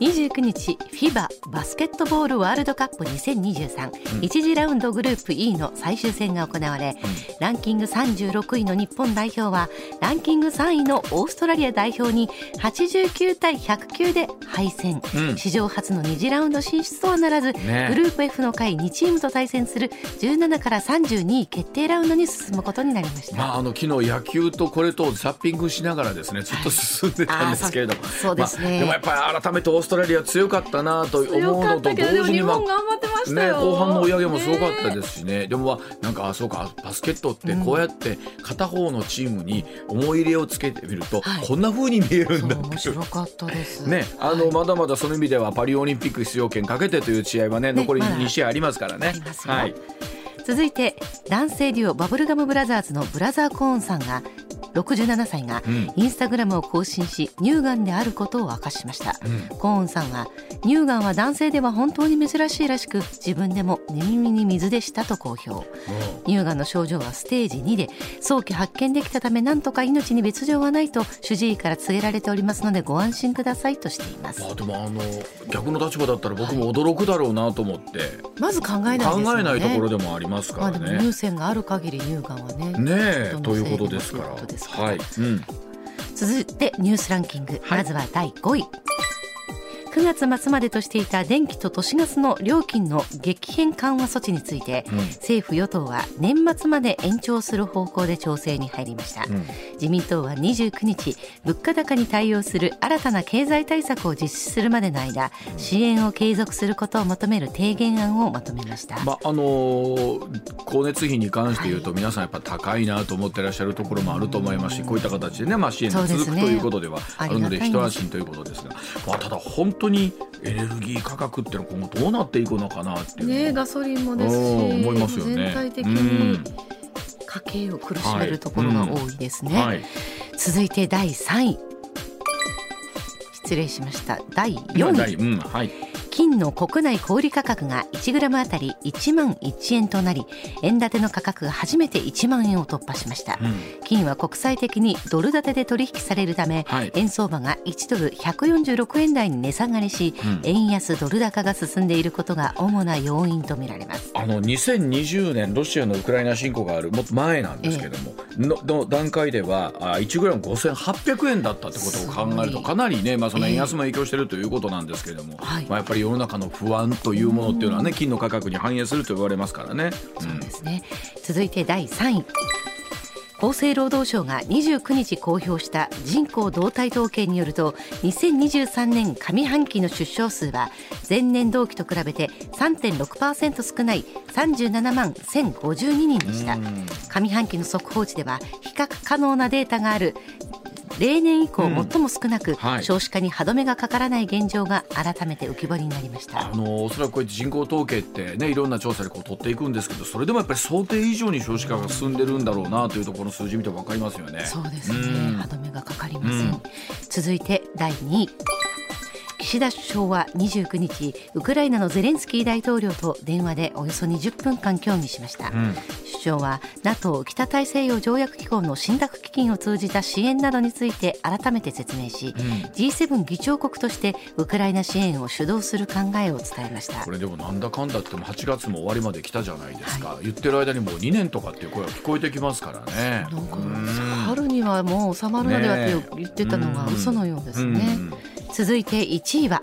[SPEAKER 1] 29日 FIBA バスケットボールワールドカップ20231、1次ラウンドグループ E の最終戦が行われ、ランキング36位の日本代表はランキング3位のオーストラリア代表に89対109で敗戦、
[SPEAKER 2] うん
[SPEAKER 1] 史上初の2次ラウンド進出とはならず、
[SPEAKER 2] ねえ
[SPEAKER 1] グループ F の下位2チームと対戦する17から32位決定ラウンドに進むことになりました。
[SPEAKER 2] まあ、あの昨日野球とこれとサッピングしながらですねずっと進んでたんですけれども、
[SPEAKER 1] あーそうそうですね
[SPEAKER 2] まあでもやっぱり改めてオーストラリア強かったなと思う
[SPEAKER 6] 強か
[SPEAKER 2] の
[SPEAKER 6] っ
[SPEAKER 2] と
[SPEAKER 6] たけどで
[SPEAKER 2] 同
[SPEAKER 6] も
[SPEAKER 2] 時に
[SPEAKER 6] 日
[SPEAKER 2] まあ
[SPEAKER 6] 本頑張ってました
[SPEAKER 2] ね、
[SPEAKER 6] よ、
[SPEAKER 2] 後半の追い上げもすごかったですしねでもまあなんかあそうかバスケットってこうやって片方のチームに思い入れをつけてみると、
[SPEAKER 1] はい
[SPEAKER 2] こんな風に見えるんだって
[SPEAKER 1] 面
[SPEAKER 2] いう
[SPEAKER 1] 白かったです。
[SPEAKER 2] ね、あのまだまだその意味ではパリオリンピック出場権かけてという試合はね残り
[SPEAKER 1] まだ
[SPEAKER 2] 2試合ありますからね。
[SPEAKER 1] ありますよ
[SPEAKER 2] はい、
[SPEAKER 1] 続いて男性デュオバブルガムブラザーズのブラザー・コーンさんが67歳が
[SPEAKER 2] うん
[SPEAKER 1] インスタグラムを更新し乳がんであることを明かしました、
[SPEAKER 2] ん
[SPEAKER 1] コーンさんは乳がんは男性では本当に珍しいらしく自分でも寝耳に水でしたと公表乳がんの症状はステージ2で早期発見できたためなんとか命に別状はないと主治医から告げられておりますのでご安心くださいとしています
[SPEAKER 2] まあでもあの逆の立場だったら僕も驚くだろうなと思って、
[SPEAKER 6] まず考えないですよね
[SPEAKER 2] 考えないところでもありますか
[SPEAKER 6] まあ
[SPEAKER 2] ら
[SPEAKER 6] でも
[SPEAKER 2] ね。
[SPEAKER 6] 乳腺がある限り乳がんはね
[SPEAKER 2] ねえ
[SPEAKER 6] 人の
[SPEAKER 2] とい
[SPEAKER 6] せいう
[SPEAKER 2] ことですから。
[SPEAKER 6] ということですから
[SPEAKER 2] はい、うん、
[SPEAKER 1] 続いてニュースランキング、
[SPEAKER 2] はい
[SPEAKER 1] まずは第5位9月末までとしていた電気と都市ガスの料金の激変緩和措置について、
[SPEAKER 2] うん
[SPEAKER 1] 政府与党は年末まで延長する方向で調整に入りました、
[SPEAKER 2] うん
[SPEAKER 1] 自民党は29日物価高に対応する新たな経済対策を実施するまでの間支援を継続することを求める提言案をまとめました、
[SPEAKER 2] まああのー光熱費に関して言うと、皆さんやっぱ高いなと思ってらっしゃるところもあると思いますし、こういった形でね、まあ、支援が
[SPEAKER 1] そうで
[SPEAKER 2] 続
[SPEAKER 1] す
[SPEAKER 2] く
[SPEAKER 1] ね
[SPEAKER 2] ということではあ
[SPEAKER 1] あ
[SPEAKER 2] る
[SPEAKER 1] り
[SPEAKER 2] の
[SPEAKER 1] がたいで
[SPEAKER 2] で、
[SPEAKER 1] す
[SPEAKER 2] 一安心ということですが、まあ、ただ本当にエネルギー価格っていうのは今後どうなっていくのかなっていうのは
[SPEAKER 6] ねえガソリンも
[SPEAKER 2] うん
[SPEAKER 6] ですし
[SPEAKER 2] 思いますよね。
[SPEAKER 6] 全体的
[SPEAKER 2] うん
[SPEAKER 6] に家計を苦しめるところが多いですね、
[SPEAKER 2] はい、
[SPEAKER 1] 続いて第3位失礼しました第
[SPEAKER 2] 今
[SPEAKER 1] 4位
[SPEAKER 2] 第うんはい、
[SPEAKER 1] 金の国内小売価格が 1g あたり1万1円となり円建ての価格が初めて1万円を突破しました、
[SPEAKER 2] うん
[SPEAKER 1] 金は国際的にドル建てで取引されるため、
[SPEAKER 2] はい
[SPEAKER 1] 円相場が1ドル146円台に値下がりし、
[SPEAKER 2] うん
[SPEAKER 1] 円安ドル高が進んでいることが主な要因とみられます
[SPEAKER 2] あの2020年ロシアのウクライナ侵攻があるもっと前なんですけれども、のの段階ではあ 1g5800 円だったってことを考える
[SPEAKER 6] す
[SPEAKER 2] と
[SPEAKER 6] ごい
[SPEAKER 2] かなりね、まあ、その円安も影響しているということなんですけれども、
[SPEAKER 6] はい
[SPEAKER 2] まあ、やっぱり世の中の不安というものっていうのはね金の価格に反映すると言われますからね。
[SPEAKER 1] そうですね続いて第3位厚生労働省が29日公表した人口動態統計によると2023年上半期の出生数は前年同期と比べて3.6%少ない37万1052人でした上半期の速報値では比較可能なデータがある例年以降最も少なく、
[SPEAKER 2] はい
[SPEAKER 1] 少子化に歯止めがかからない現状が改めて浮き彫りになりました。
[SPEAKER 2] あのおそらくこうやって人口統計って、ね、いろんな調査でこう取っていくんですけどそれでもやっぱり想定以上に少子化が進んでるんだろうなというところの数字見て分かりますよね。
[SPEAKER 6] そうですね
[SPEAKER 2] うん
[SPEAKER 1] 歯止めがかかりません、
[SPEAKER 2] うん
[SPEAKER 1] 続いて第2位岸田首相は29日ウクライナのゼレンスキー大統領と電話でおよそ20分間協議しました、
[SPEAKER 2] ん
[SPEAKER 1] 首相は NATO 北大西洋条約機構の信託基金を通じた支援などについて改めて説明し、G7 議長国としてウクライナ支援を主導する考えを伝えました
[SPEAKER 2] これでもなんだかんだっても8月も終わりまで来たじゃないですか、言ってる間にもう2年とかっていう声が聞こえてきますからね。
[SPEAKER 6] なんか
[SPEAKER 2] うん
[SPEAKER 6] 春にはもう収まるまではって言ってたのが
[SPEAKER 2] ねえ
[SPEAKER 6] 嘘のようです
[SPEAKER 2] うん
[SPEAKER 6] ね。
[SPEAKER 2] うん
[SPEAKER 1] 続いて1位は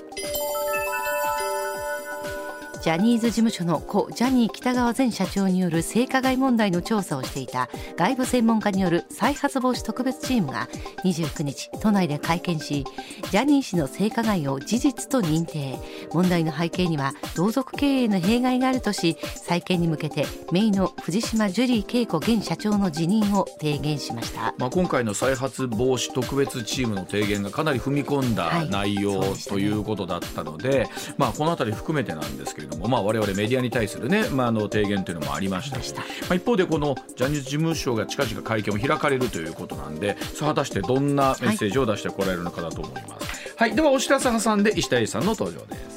[SPEAKER 1] ジャニーズ事務所の故ジャニー喜多川前社長による性加害問題の調査をしていた外部専門家による再発防止特別チームが29日都内で会見しジャニー氏の性加害を事実と認定問題の背景には同族経営の弊害があるとし再建に向けてメイの藤島ジュリー景子現社長の辞任を提言しました。
[SPEAKER 2] まあ、今回の再発防止特別チームの提言がかなり踏み込ん
[SPEAKER 1] は
[SPEAKER 2] だ
[SPEAKER 1] い
[SPEAKER 2] 内容
[SPEAKER 1] そうでした
[SPEAKER 2] と
[SPEAKER 1] ね
[SPEAKER 2] いうことだったので、まあ、この辺り含めてなんですけれども、まあ、我々メディアに対する、ねまあ、あの提言というのもありましたし、まあ、一方でこのジャニーズ事務所が近々会見を開かれるということなんでさあ果たしてどんなメッセージを出してこられるのかだと思います。はい、ではお知らせ挟んで石田英二さんの登場です